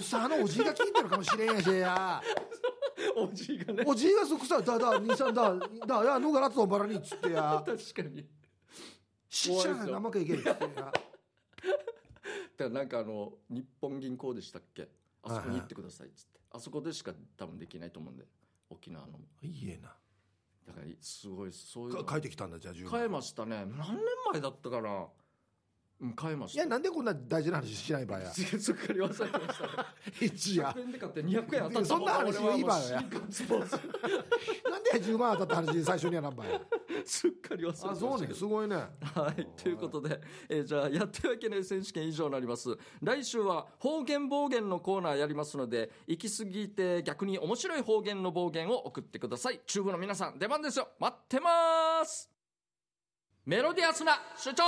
Speaker 2: 草あのおじいが聞いてるかもしれんやしや
Speaker 1: おじいがね。
Speaker 2: おじいがそくさだだ兄さんだだやのがらつのばらにっつって や
Speaker 1: 確かに。
Speaker 2: しっちゃん生かいけんっつってや
Speaker 1: だなんかあの、日本銀行でしたっけあそこに行ってくださいっつって。あそこでしか多分できないと思うんで。沖縄のも。
Speaker 2: いいえな
Speaker 1: だから、すごい、そういう
Speaker 2: か
Speaker 1: の。
Speaker 2: 書いてきたんだじゃあ10
Speaker 1: 変え
Speaker 2: 万
Speaker 1: ましたね。何年前だったかな。うん、変えま
Speaker 2: い
Speaker 1: した。
Speaker 2: やなんでこんな大事な話しない場合 や
Speaker 1: すっかり忘れてましたね。
Speaker 2: 一夜
Speaker 1: 100円で買って200円当たった
Speaker 2: そんな話を今
Speaker 1: 俺はもう新刊スポーツ
Speaker 2: なんで10万当たった話最初にやらんばい
Speaker 1: すっかり忘れてました
Speaker 2: あ
Speaker 1: けど。
Speaker 2: そうねすごいね
Speaker 1: はい、ということで、えーじゃあ、やってはいけない選手権以上になります。来週は方言暴言のコーナーやりますので、行き過ぎて逆に面白い方言の暴言を送ってください。中部の皆さん、出番ですよ。待ってます。メロディアスな主張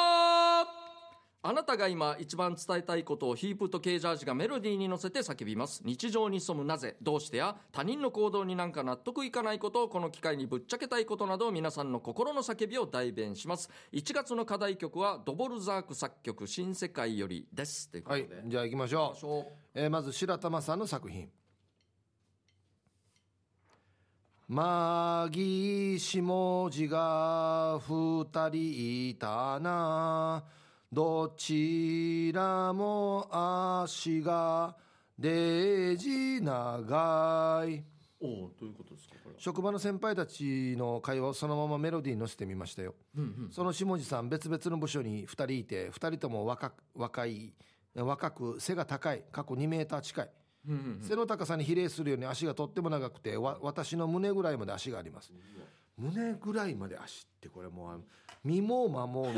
Speaker 1: あなたが今一番伝えたいことをヒープとケージャージがメロディーに乗せて叫びます。日常に潜むなぜ、どうしてや他人の行動になんか納得いかないことをこの機会にぶっちゃけたいことなど皆さんの心の叫びを代弁します。1月の課題曲はドボルザーク作曲新世界よりです。ということ
Speaker 2: はい
Speaker 1: で。
Speaker 2: じゃあ行きまし
Speaker 1: 行き
Speaker 2: ょ
Speaker 1: まし
Speaker 2: う、
Speaker 1: ょ
Speaker 2: えーまず白玉さんの作品まぎしもじが二人いたなどちらも足がデージ長いう
Speaker 1: おおどういうことですかこれは。
Speaker 2: 職場の先輩たちの会話をそのままメロディーに乗せてみましたよ、その下地さん別々の部署に2人いて2人とも若く若い若く背が高い過去2メーター近い、背の高さに比例するように足がとっても長くてわ私の胸ぐらいまで足があります胸ぐらいまで足ってこれもうあの身も魔も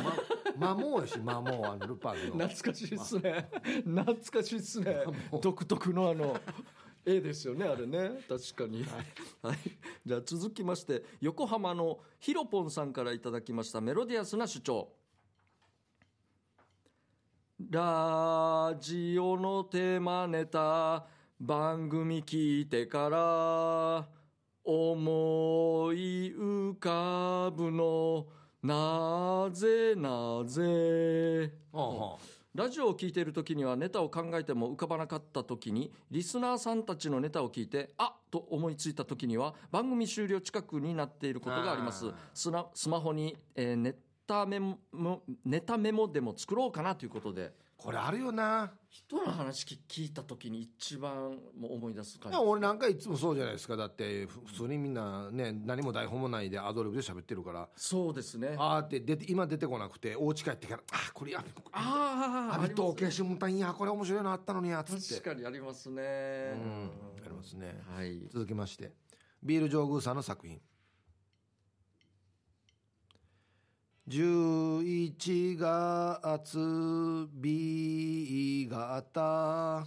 Speaker 2: ま魔もやし魔もあのルパンの
Speaker 1: 懐かしいっすね。懐かしいっすね。独特のあの、絵ですよね、あれね。確かに。はい。じゃあ続きまして、横浜のヒロポンさんからいただきましたメロディアスな主張。ラジオの手真似た番組聞いてから、思い浮かぶのなぜなぜ
Speaker 2: は
Speaker 1: ラジオを聞いている時にはネタを考えても浮かばなかった時にリスナーさんたちのネタを聞いてあっと思いついた時には番組終了近くになっていることがあります
Speaker 2: あー
Speaker 1: スナスマホに、えーネタメモネタメモでも作ろうかなということで
Speaker 2: これあるよな
Speaker 1: 人の話聞聞いた時に一番もう思い出す感
Speaker 2: いや俺なんかいつもそうじゃないですかだってふ普通にみんなね何も台本もないでアドリブで喋ってるから
Speaker 1: そうですねあ
Speaker 2: あーって出て今出てこなくてお家帰ってからあーこれやあ
Speaker 1: あー
Speaker 2: アビトーケーションパンやこれ面白いのあったのにやつって
Speaker 1: 確かにありますね
Speaker 2: うんありますね
Speaker 1: はい
Speaker 2: 続きましてビール上宮さんの作品11月 B 型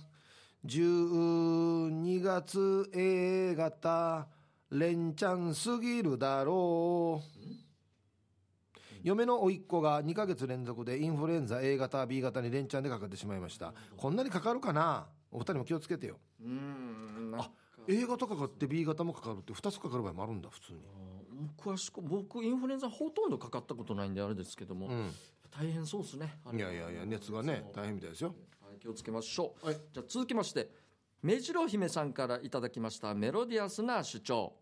Speaker 2: 12月 A 型連チャンすぎるだろう嫁の甥っ子が2ヶ月連続でインフルエンザ A 型 B 型に連チャンでかかってしまいましたこんなにかかるかなお二人も気をつけてよ
Speaker 1: うんなんか
Speaker 2: A 型かかって B 型もかかるって2つかかる場合もあるんだ普通に
Speaker 1: あー詳しく僕インフルエンザほとんどかかったことないんであれですけども、
Speaker 2: う
Speaker 1: 大変そうですねあ
Speaker 2: んい
Speaker 1: れは
Speaker 2: やいやいや熱がね
Speaker 1: そう
Speaker 2: 大変みたいですよ
Speaker 1: はい気をつけましょう、
Speaker 2: はい
Speaker 1: じゃあ続きまして目白姫さんからいただきましたメロディアスな主張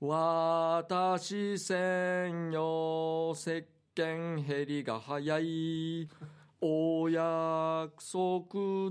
Speaker 1: 私専用石鹸減りが早いお約束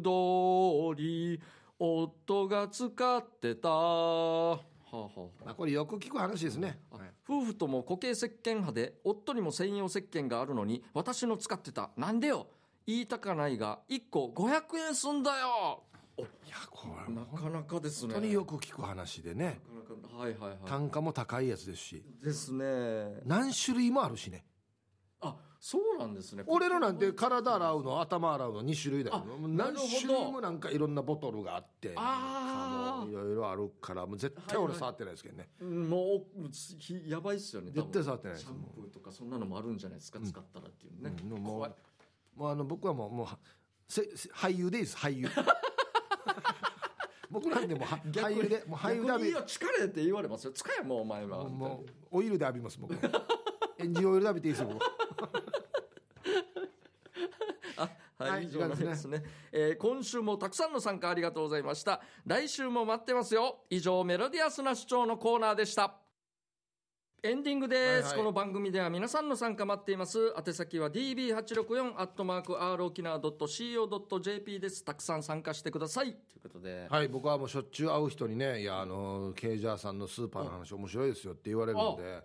Speaker 1: 通り夫が使ってた、はあはあ
Speaker 2: まあこれよく聞く話ですね
Speaker 1: あ夫婦とも固形石鹸派で夫にも専用石鹸があるのに私の使ってたなんでよ言いたかないが1個500円すんだよ
Speaker 2: いやこれ
Speaker 1: な
Speaker 2: 本
Speaker 1: かなかですね
Speaker 2: 当によく聞く話でね
Speaker 1: なかなかはいはいは
Speaker 2: 単価も高いやつですし
Speaker 1: いですね
Speaker 2: 何種類もあるしね
Speaker 1: あそうなんですね
Speaker 2: 俺のなんて体洗うの頭洗うの2種類だよ
Speaker 1: あ
Speaker 2: もう
Speaker 1: なる
Speaker 2: 何
Speaker 1: ほど
Speaker 2: 種類もなんかいろんなボトルがあって
Speaker 1: あー
Speaker 2: なんかもういろいろあるからもう絶対俺触ってないですけどね
Speaker 1: うんもうつひやばいっすよね多分
Speaker 2: 絶対触ってないで
Speaker 1: シ
Speaker 2: す
Speaker 1: ャンプーとかそんなのもあるんじゃないですか、使ったらっていうね、
Speaker 2: うんもう
Speaker 1: 怖い
Speaker 2: もうあの僕はもうもうはせせ俳優でいいです俳 優僕なんでもうは
Speaker 1: 逆
Speaker 2: 俳
Speaker 1: に
Speaker 2: 優でもう俳優で浴
Speaker 1: 逆にい
Speaker 2: び
Speaker 1: や疲れって言われますよ疲れもうお前は
Speaker 2: もうオイルで浴びます 僕エンジンオイルで浴びていいですよ僕
Speaker 1: あはい、
Speaker 2: はい
Speaker 1: 以上になりますねえー今週もたくさんの参加ありがとうございました来週も待ってますよ以上メロディアスな主張のコーナーでしたエンディングです、
Speaker 2: はいはい
Speaker 1: この番組では皆さんの参加待っています宛先は db864 アットマーク r 沖縄 .co.jp ですたくさん参加してくださいということで、
Speaker 2: はい僕はもうしょっちゅう会う人にねいやあのケイジャーさんのスーパーの話面白いですよって言われる
Speaker 1: あ
Speaker 2: の
Speaker 1: はい
Speaker 2: で
Speaker 1: はい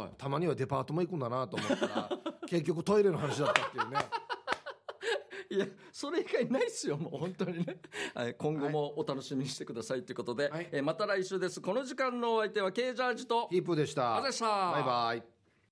Speaker 1: はい
Speaker 2: たまにはデパートも行くんだなと思っ たら結局トイレの話だったっていうね
Speaker 1: いや、それ以外ないっすよ、もう本当にね。はい、今後もお楽しみにしてくださいということで、
Speaker 2: はい
Speaker 1: えーまた来週です。この時間のお相手は、K ジャージと、
Speaker 2: ヒープーでした
Speaker 1: ありがとうございました
Speaker 2: バイバイ